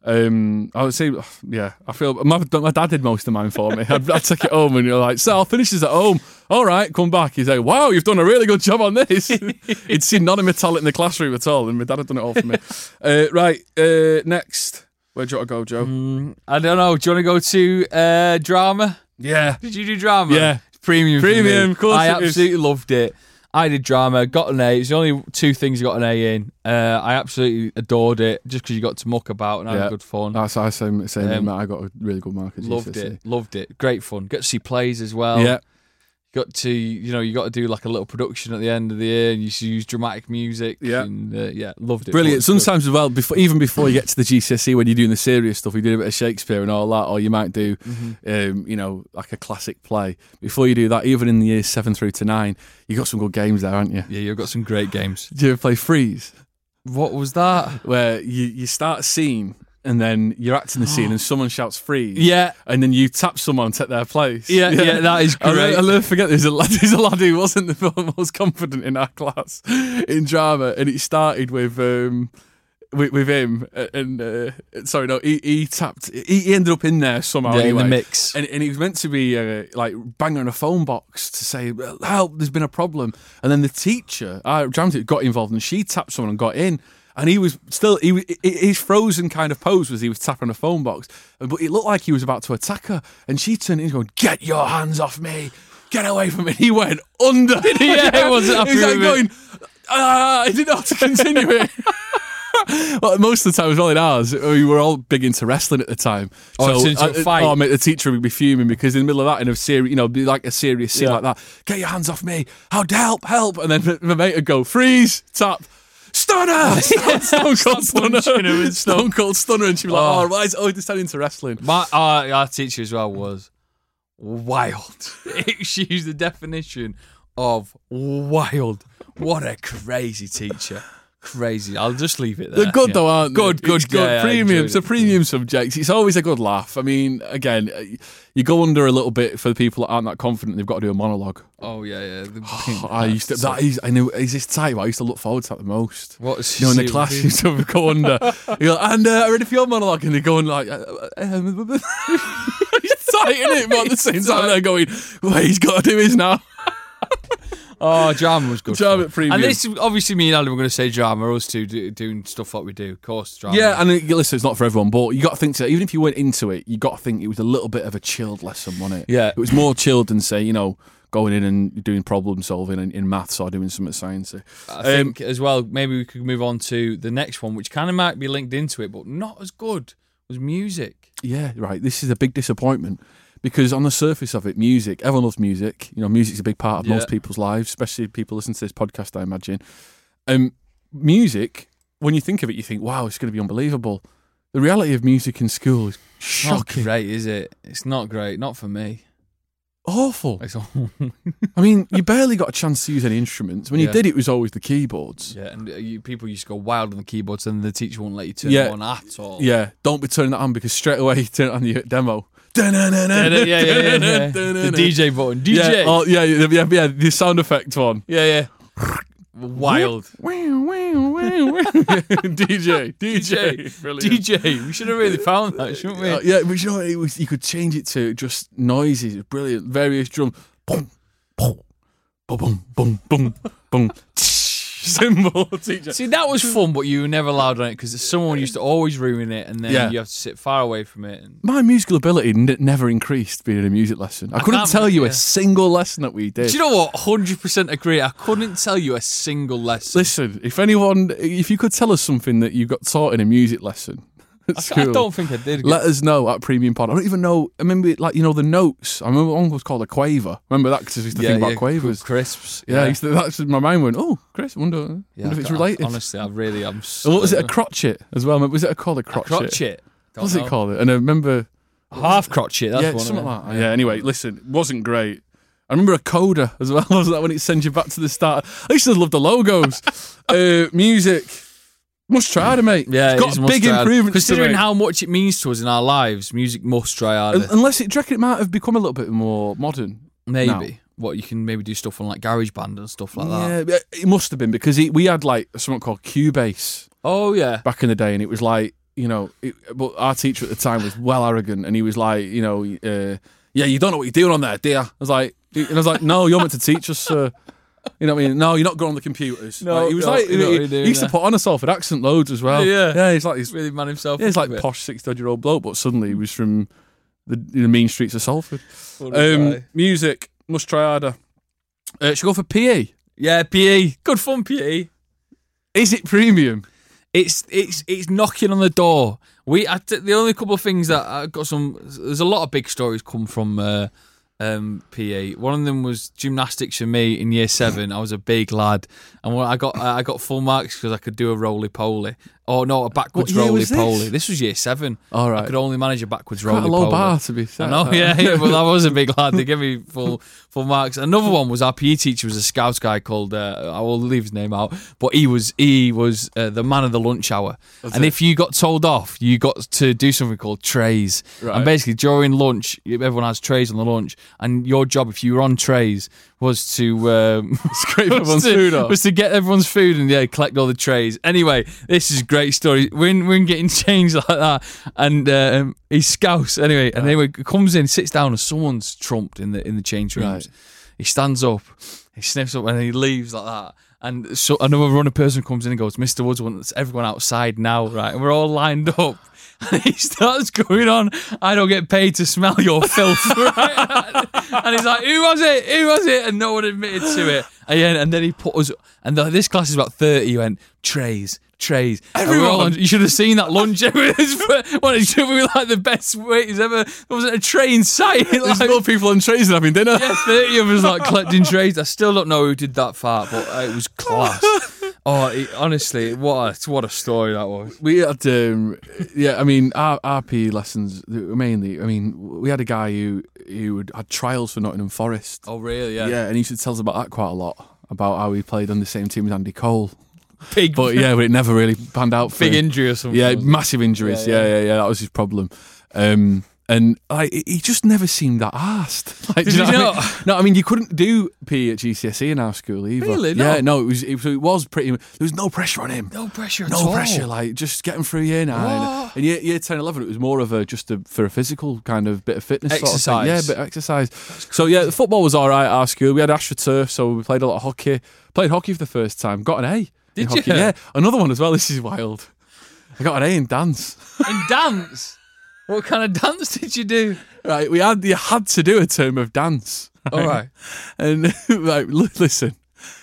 [SPEAKER 2] Um, I would say, yeah, I feel my, my dad did most of mine for me. I'd, I'd take it home and you're like, Sal finishes at home. All right, come back. He's like, wow, you've done a really good job on this. He'd seen none of my talent in the classroom at all, and my dad had done it all for me. Uh, right, uh, next. Where do you want to go, Joe?
[SPEAKER 3] Mm. I don't know. Do you want to go to uh, drama?
[SPEAKER 2] Yeah.
[SPEAKER 3] Did you do drama?
[SPEAKER 2] Yeah.
[SPEAKER 3] It's premium. for
[SPEAKER 2] Premium,
[SPEAKER 3] me.
[SPEAKER 2] of course
[SPEAKER 3] I
[SPEAKER 2] it is.
[SPEAKER 3] absolutely loved it. I did drama, got an A. It's the only two things I got an A in. Uh, I absolutely adored it just because you got to muck about and have
[SPEAKER 2] Yeah. Oh,
[SPEAKER 3] good fun.
[SPEAKER 2] That's I same same.
[SPEAKER 3] Um,
[SPEAKER 2] mate. I got a really good mark. at
[SPEAKER 3] loved
[SPEAKER 2] GCSE.
[SPEAKER 3] it. Loved it. Great fun. Got to see plays as well.
[SPEAKER 2] Yeah.
[SPEAKER 3] got to you know you got to do like a little production at the end of the year and you used to use dramatic music
[SPEAKER 2] Yeah.
[SPEAKER 3] and uh, yeah loved it
[SPEAKER 2] Brilliant.
[SPEAKER 3] Thought it was
[SPEAKER 2] Sometimes as well, before, even before you get to the GCSE, E, when you're doing the serious stuff, you do a bit of Shakespeare and all that, or you might do,
[SPEAKER 3] Mm-hmm.
[SPEAKER 2] um, you know, like a classic play. Before you do that, even in the years seven through to nine, you got some good games there, aren't you?
[SPEAKER 3] good. yeah you've got some great games
[SPEAKER 2] Do you ever play Freeze,
[SPEAKER 3] what was that
[SPEAKER 2] where you, you start a scene and then you're acting the scene and someone shouts Freeze?
[SPEAKER 3] yeah
[SPEAKER 2] And then you tap someone, take their place.
[SPEAKER 3] Yeah, yeah, that is
[SPEAKER 2] I
[SPEAKER 3] great.
[SPEAKER 2] never- I'll never forget. There's a lad. There's a lad who wasn't the most confident in our class in drama, and it started with um, with, with him, uh, and uh, sorry, no, he, he tapped. He, he ended up in there somehow.
[SPEAKER 3] Yeah, in the
[SPEAKER 2] anyway.
[SPEAKER 3] mix.
[SPEAKER 2] and, and he was meant to be uh, like banging on a phone box to say "Well, help. There's been a problem, and then the teacher, I drowned it, got involved, and she tapped someone and got in. And he was still he wa- i- i- his frozen kind of pose was he was tapping on a phone box, but it looked like he was about to attack her. And she turned in and going, "Get your hands off me! Get away from me!" He went under.
[SPEAKER 3] Yeah, he wasn't happy
[SPEAKER 2] He's like
[SPEAKER 3] with it.
[SPEAKER 2] going, "Ah!" I didn't know how to continue it. Well, most of the time, as well in ours, we were all big into wrestling at the time.
[SPEAKER 3] Oh, it's into a
[SPEAKER 2] uh, uh,
[SPEAKER 3] fight.
[SPEAKER 2] Oh, mate, the teacher would be fuming because in the middle of that, in a serious, you know, be like a serious scene
[SPEAKER 3] Yeah.
[SPEAKER 2] like that. Get your hands off me! How dare help, help! And then the- the mate would go freeze, tap, stunner, stone cold stunner,
[SPEAKER 3] punching him and
[SPEAKER 2] stone cold stunner, and she'd be like,
[SPEAKER 3] Oh.
[SPEAKER 2] "Oh, why is it always just turning into wrestling?"
[SPEAKER 3] My our, our teacher as well was wild. she used the definition of wild. What a crazy teacher. Crazy. I'll just leave it there.
[SPEAKER 2] They're good
[SPEAKER 3] Yeah.
[SPEAKER 2] though, aren't they?
[SPEAKER 3] Good, good,
[SPEAKER 2] It's
[SPEAKER 3] good. Yeah, I
[SPEAKER 2] premium,
[SPEAKER 3] enjoyed
[SPEAKER 2] it's a
[SPEAKER 3] it.
[SPEAKER 2] premium subject. It's always a good laugh. I mean, again, uh, you go under a little bit for the people that aren't that confident. They've got to do a monologue.
[SPEAKER 3] Oh yeah, yeah. The
[SPEAKER 2] Oh, I used to. That is, I knew. Is this type? I used to look forward to that the most.
[SPEAKER 3] What is
[SPEAKER 2] you know, in the
[SPEAKER 3] she
[SPEAKER 2] class,
[SPEAKER 3] doing?
[SPEAKER 2] you used to go under. You go, and uh, ready for your monologue, and they're going like, uh, uh, um, it's tight in it, but at the same time they're going, wait, he's got to do his now.
[SPEAKER 3] Oh, drama was good.
[SPEAKER 2] Drama
[SPEAKER 3] fun.
[SPEAKER 2] premium.
[SPEAKER 3] And this obviously me and Adam were going to say drama. Us two do, doing stuff like we do. Of course, drama.
[SPEAKER 2] Yeah, and uh, listen, it's not for everyone, but you got to think to even if you weren't into it, you got to think it was a little bit of a chilled lesson, wasn't it?
[SPEAKER 3] Yeah.
[SPEAKER 2] it was more chilled than say, you know, going in and doing problem solving in, in maths or doing something Um, sciencey.
[SPEAKER 3] I think as well, maybe we could move on to the next one, which kind of might be linked into it, but not as good. Was music.
[SPEAKER 2] Yeah, right. This is a big disappointment because on the surface of it, music, everyone loves music. You know, music's a big part of
[SPEAKER 3] Yeah.
[SPEAKER 2] most people's lives, especially people listen to this podcast, I imagine. Um, music, when you think of it, you think, wow, it's going to be unbelievable. The reality of music in school is shocking,
[SPEAKER 3] Not great, is it? It's not great. Not for me.
[SPEAKER 2] awful.
[SPEAKER 3] It's all
[SPEAKER 2] I mean, you barely got a chance to use any instruments. When you
[SPEAKER 3] Yeah.
[SPEAKER 2] did, it was always the keyboards.
[SPEAKER 3] yeah, and uh, you, people used to go wild on the keyboards, and the teacher won't let you turn
[SPEAKER 2] Yeah.
[SPEAKER 3] it on at all.
[SPEAKER 2] Yeah, don't be turning that on because straight away you turn it on, you hit demo. Yeah,
[SPEAKER 3] yeah, yeah, yeah, yeah, yeah. the DJ button, DJ.
[SPEAKER 2] Yeah, oh, yeah, yeah, yeah, yeah, the sound effect one.
[SPEAKER 3] yeah, yeah. Wild.
[SPEAKER 2] DJ, DJ, brilliant.
[SPEAKER 3] DJ. We should have really found that, shouldn't we?
[SPEAKER 2] Uh, yeah, but you know, what, it was you could change it to just noises. It was Brilliant, various drum, boom, boom, boom, boom, boom, boom, boom. Symbol DJ.
[SPEAKER 3] See, that was fun, but you were never allowed on it because someone used to always ruin it, and then
[SPEAKER 2] Yeah.
[SPEAKER 3] you have to sit far away from it. And
[SPEAKER 2] My musical ability n- never increased being in a music lesson. I couldn't
[SPEAKER 3] can't-
[SPEAKER 2] tell you
[SPEAKER 3] yeah.
[SPEAKER 2] a single lesson that we did.
[SPEAKER 3] Do you know what? Hundred percent agree. I couldn't tell you a single lesson.
[SPEAKER 2] Listen, if anyone, if you could tell us something that you got taught in a music lesson, at
[SPEAKER 3] I
[SPEAKER 2] school,
[SPEAKER 3] don't think I did.
[SPEAKER 2] Let us know at Premium Pod. I don't even know. I remember, like you know, the notes. I remember one was called a quaver. Remember that because I used to think about quavers.
[SPEAKER 3] crisps.
[SPEAKER 2] yeah, I used to, that's my mind went. Oh, Chris, wonder,
[SPEAKER 3] Yeah,
[SPEAKER 2] wonder if
[SPEAKER 3] I
[SPEAKER 2] it's
[SPEAKER 3] don't-
[SPEAKER 2] related.
[SPEAKER 3] honestly, I really am. So
[SPEAKER 2] and what was it? A crotchet as well. Was it a called a crotchet?
[SPEAKER 3] crotchet?
[SPEAKER 2] What was it called? And I remember,
[SPEAKER 3] Half crotchet. That's
[SPEAKER 2] yeah,
[SPEAKER 3] one.
[SPEAKER 2] something like that. Yeah. Anyway, listen, it wasn't great. I remember a coda as well. Wasn't that when it sends you back to the start? I used to love the logos. uh, music. Must try to mate.
[SPEAKER 3] Yeah,
[SPEAKER 2] it's got
[SPEAKER 3] is
[SPEAKER 2] big
[SPEAKER 3] must try.
[SPEAKER 2] improvements. to
[SPEAKER 3] Considering
[SPEAKER 2] make.
[SPEAKER 3] how much it means to us in our lives, music must try harder.
[SPEAKER 2] Un- unless it, do you reckon it might have become a little bit more modern.
[SPEAKER 3] maybe
[SPEAKER 2] now.
[SPEAKER 3] what you can maybe do stuff on like GarageBand and stuff like that.
[SPEAKER 2] yeah, but it must have been because it, we had like something called Cubase
[SPEAKER 3] Oh yeah.
[SPEAKER 2] back in the day, and it was like you know, it, but our teacher at the time was well arrogant, and he was like, you know, uh, yeah, you don't know what you're doing on there, dear. I was like, and I was like, no, you're meant to teach us. Uh, you know what I mean? No, you're not going on the computers.
[SPEAKER 3] No,
[SPEAKER 2] Like, he was
[SPEAKER 3] no,
[SPEAKER 2] like,
[SPEAKER 3] you know what
[SPEAKER 2] he,
[SPEAKER 3] you're doing
[SPEAKER 2] he used to
[SPEAKER 3] there.
[SPEAKER 2] put on a Salford accent loads as well.
[SPEAKER 3] Yeah.
[SPEAKER 2] yeah, he's like, he's
[SPEAKER 3] He's really man himself.
[SPEAKER 2] yeah, he's
[SPEAKER 3] up
[SPEAKER 2] like
[SPEAKER 3] a bit.
[SPEAKER 2] posh sixty odd year old bloke, but suddenly he was from the, the mean streets of Salford.
[SPEAKER 3] eh?
[SPEAKER 2] Um, music must try harder. Uh, should go for PE.
[SPEAKER 3] Yeah, PE. Good fun, PE.
[SPEAKER 2] Is it premium?
[SPEAKER 3] It's it's it's knocking on the door. We I t- the only couple of things that I got some. There's a lot of big stories come from uh, um, PE. One of them was gymnastics for me in year seven. I was a big lad, and when I got I got full marks because I could do a roly poly. Oh no, a backwards
[SPEAKER 2] year
[SPEAKER 3] roly
[SPEAKER 2] was this?
[SPEAKER 3] poly. This was year seven.
[SPEAKER 2] All
[SPEAKER 3] I
[SPEAKER 2] right.
[SPEAKER 3] could only manage a backwards
[SPEAKER 2] Quite
[SPEAKER 3] roly
[SPEAKER 2] a
[SPEAKER 3] poly.
[SPEAKER 2] low bar to be fair.
[SPEAKER 3] I know, yeah, yeah, well, I was a big lad. They gave me full full marks. Another one was our PE teacher was a Scouse guy called uh, I will leave his name out, but he was he was uh, the man of the lunch hour. and if you got told off, you got to do something called trays.
[SPEAKER 2] Right.
[SPEAKER 3] And basically during lunch, everyone has trays on the lunch, and your job if you were on trays was to um,
[SPEAKER 2] Scrape
[SPEAKER 3] was
[SPEAKER 2] everyone's
[SPEAKER 3] to-
[SPEAKER 2] food off.
[SPEAKER 3] Was to get everyone's food and yeah, collect all the trays. Anyway, this is a great story. When when getting changed like that, and um, he scouts anyway, and anyway comes in, sits down, and someone's trumped in the in the change rooms.
[SPEAKER 2] Right.
[SPEAKER 3] He stands up, he sniffs up, and he leaves like that. And so another runner person comes in and goes, "Mr. Woods wants everyone outside now, right?" And we're all lined up. And he starts going on, I don't get paid to smell your filth. right? and he's like, Who was it? Who was it? And no one admitted to it. And, yeah, and then he put us, and the, this class is about 30. He went, Trays, trays. And we were all
[SPEAKER 2] Everyone.
[SPEAKER 3] on- you should have seen that lunch. It was- well, it should be like the best waiters ever. There wasn't a tray in sight.
[SPEAKER 2] There's
[SPEAKER 3] Like,
[SPEAKER 2] more people on trays than having dinner.
[SPEAKER 3] yeah, 30 of us like collecting trays. I still don't know who did that fart, but uh, it was class. Oh, it, honestly, what a, what a story that was.
[SPEAKER 2] We had, um, yeah, I mean, our RP lessons they were mainly. I mean, we had a guy who who had, had trials for Nottingham Forest.
[SPEAKER 3] Oh, really?
[SPEAKER 2] yeah. and he used to tell us about that quite a lot about how he played on the same team as Andy Cole.
[SPEAKER 3] Big,
[SPEAKER 2] But yeah, but it never really panned out. For
[SPEAKER 3] big
[SPEAKER 2] him.
[SPEAKER 3] injury or something.
[SPEAKER 2] Yeah,
[SPEAKER 3] wasn't it?
[SPEAKER 2] massive injuries. Yeah yeah. yeah, That was his problem. Um, and like, he- he just never seemed that arsed. Like, do
[SPEAKER 3] Did
[SPEAKER 2] you know
[SPEAKER 3] he
[SPEAKER 2] what I mean?
[SPEAKER 3] not?
[SPEAKER 2] No, I mean you couldn't do P E at GCSE in our school either.
[SPEAKER 3] Really? No.
[SPEAKER 2] Yeah, no. It was, it was it was pretty. There was no pressure on him.
[SPEAKER 3] No pressure at
[SPEAKER 2] No
[SPEAKER 3] all.
[SPEAKER 2] pressure. Like just getting through year nine
[SPEAKER 3] What?
[SPEAKER 2] and year, year 10, 11, It was more of a just a, for a physical kind of bit of fitness, sort of thing.
[SPEAKER 3] Exercise.
[SPEAKER 2] yeah, bit of exercise. So yeah, the football was all right at our school. We had AstroTurf, so we played a lot of hockey. Played hockey for the first time. Got an A. in
[SPEAKER 3] Did
[SPEAKER 2] hockey.
[SPEAKER 3] you?
[SPEAKER 2] Yeah, another one as well. This is wild. I got an A in dance.
[SPEAKER 3] And dance. What kind of dance did you do?
[SPEAKER 2] Right, we had you had to do a term of dance.
[SPEAKER 3] All right.
[SPEAKER 2] and like li- listen,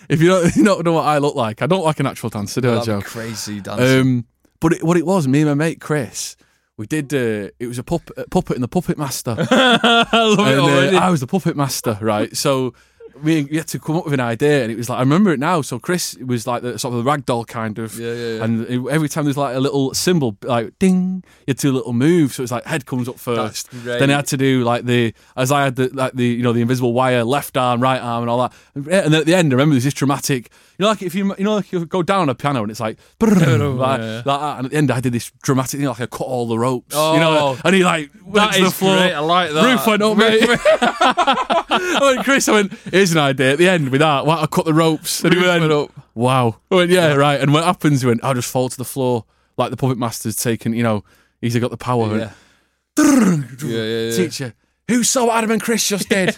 [SPEAKER 2] if you don't, you don't know what I look like, I don't like an actual dancer, do I,
[SPEAKER 3] That'd
[SPEAKER 2] Joe?
[SPEAKER 3] be crazy dancing.
[SPEAKER 2] Um, but it, what it was, me and my mate Chris, we did. Uh, it was a puppet, a puppet and the puppet master.
[SPEAKER 3] I love
[SPEAKER 2] And, uh, I was the puppet master, right? So we, we had to come up with an idea, and it was like I remember it now. So Chris was like the sort of the ragdoll kind of,
[SPEAKER 3] Yeah, yeah, yeah.
[SPEAKER 2] And it- every time there's like a little symbol, like ding, you had to do a little move. So it's like head comes up first,
[SPEAKER 3] great.
[SPEAKER 2] then I had to do like the as I had the like the you know the invisible wire, left arm, right arm, and all that. And then at the end, I remember there's this dramatic. You know, like if you you know like you go down a piano and it's like, brrrr, like,
[SPEAKER 3] Oh, yeah.
[SPEAKER 2] like that. And at the end, I did this dramatic thing, like I cut all the ropes. you
[SPEAKER 3] Oh.
[SPEAKER 2] know, and he like went
[SPEAKER 3] That
[SPEAKER 2] to the
[SPEAKER 3] is
[SPEAKER 2] floor.
[SPEAKER 3] great, I like that.
[SPEAKER 2] Roof went up, mate. I went, Chris, I went, here's an idea at the end with that. Why don't I cut the ropes. And he went,
[SPEAKER 3] went up.
[SPEAKER 2] wow. I went, yeah, right. And what happens, he went, I'll just fall to the floor like the puppet master's taken, you know, he's got the power. I went,
[SPEAKER 3] Yeah. yeah, yeah, yeah.
[SPEAKER 2] Teacher, who saw what Adam and Chris just did?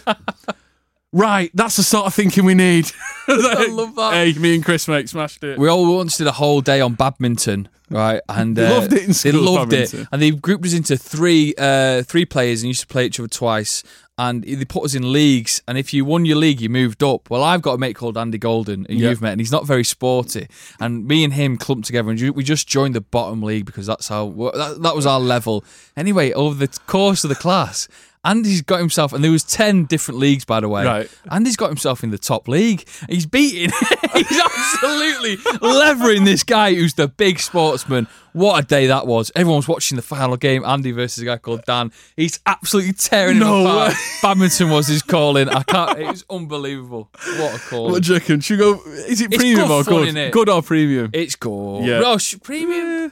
[SPEAKER 2] right, that's the sort of thinking we need. I
[SPEAKER 3] love that.
[SPEAKER 2] Hey, me and Chris, mate, smashed it.
[SPEAKER 3] We all once did a whole day on badminton, right? And uh,
[SPEAKER 2] They loved it in school,
[SPEAKER 3] They loved it,
[SPEAKER 2] badminton.
[SPEAKER 3] and they grouped us into three uh, three players and used to play each other twice. And they put us in leagues, and if you won your league, you moved up. Well, I've got a mate called Andy Golden, who
[SPEAKER 2] Yeah.
[SPEAKER 3] you've met, and he's not very sporty. And me and him clumped together, and ju- we just joined the bottom league because that's how that, that was our level. Anyway, over the course of the class, Andy's got himself, and there was ten different leagues, by the way.
[SPEAKER 2] Right.
[SPEAKER 3] Andy's got himself in the top league. He's beating. He's absolutely levering this guy who's the big sportsman. What a day that was. Everyone's watching the final game. Andy versus a guy called Dan. He's absolutely tearing
[SPEAKER 2] No
[SPEAKER 3] him apart.
[SPEAKER 2] way.
[SPEAKER 3] Badminton was his calling. I can't. It was unbelievable. What a call.
[SPEAKER 2] What do you reckon? Should we go, is it
[SPEAKER 3] It's
[SPEAKER 2] premium
[SPEAKER 3] good
[SPEAKER 2] or
[SPEAKER 3] fun,
[SPEAKER 2] good?
[SPEAKER 3] innit?
[SPEAKER 2] Good or premium?
[SPEAKER 3] it's good.
[SPEAKER 2] Yeah.
[SPEAKER 3] Oh, sh- premium.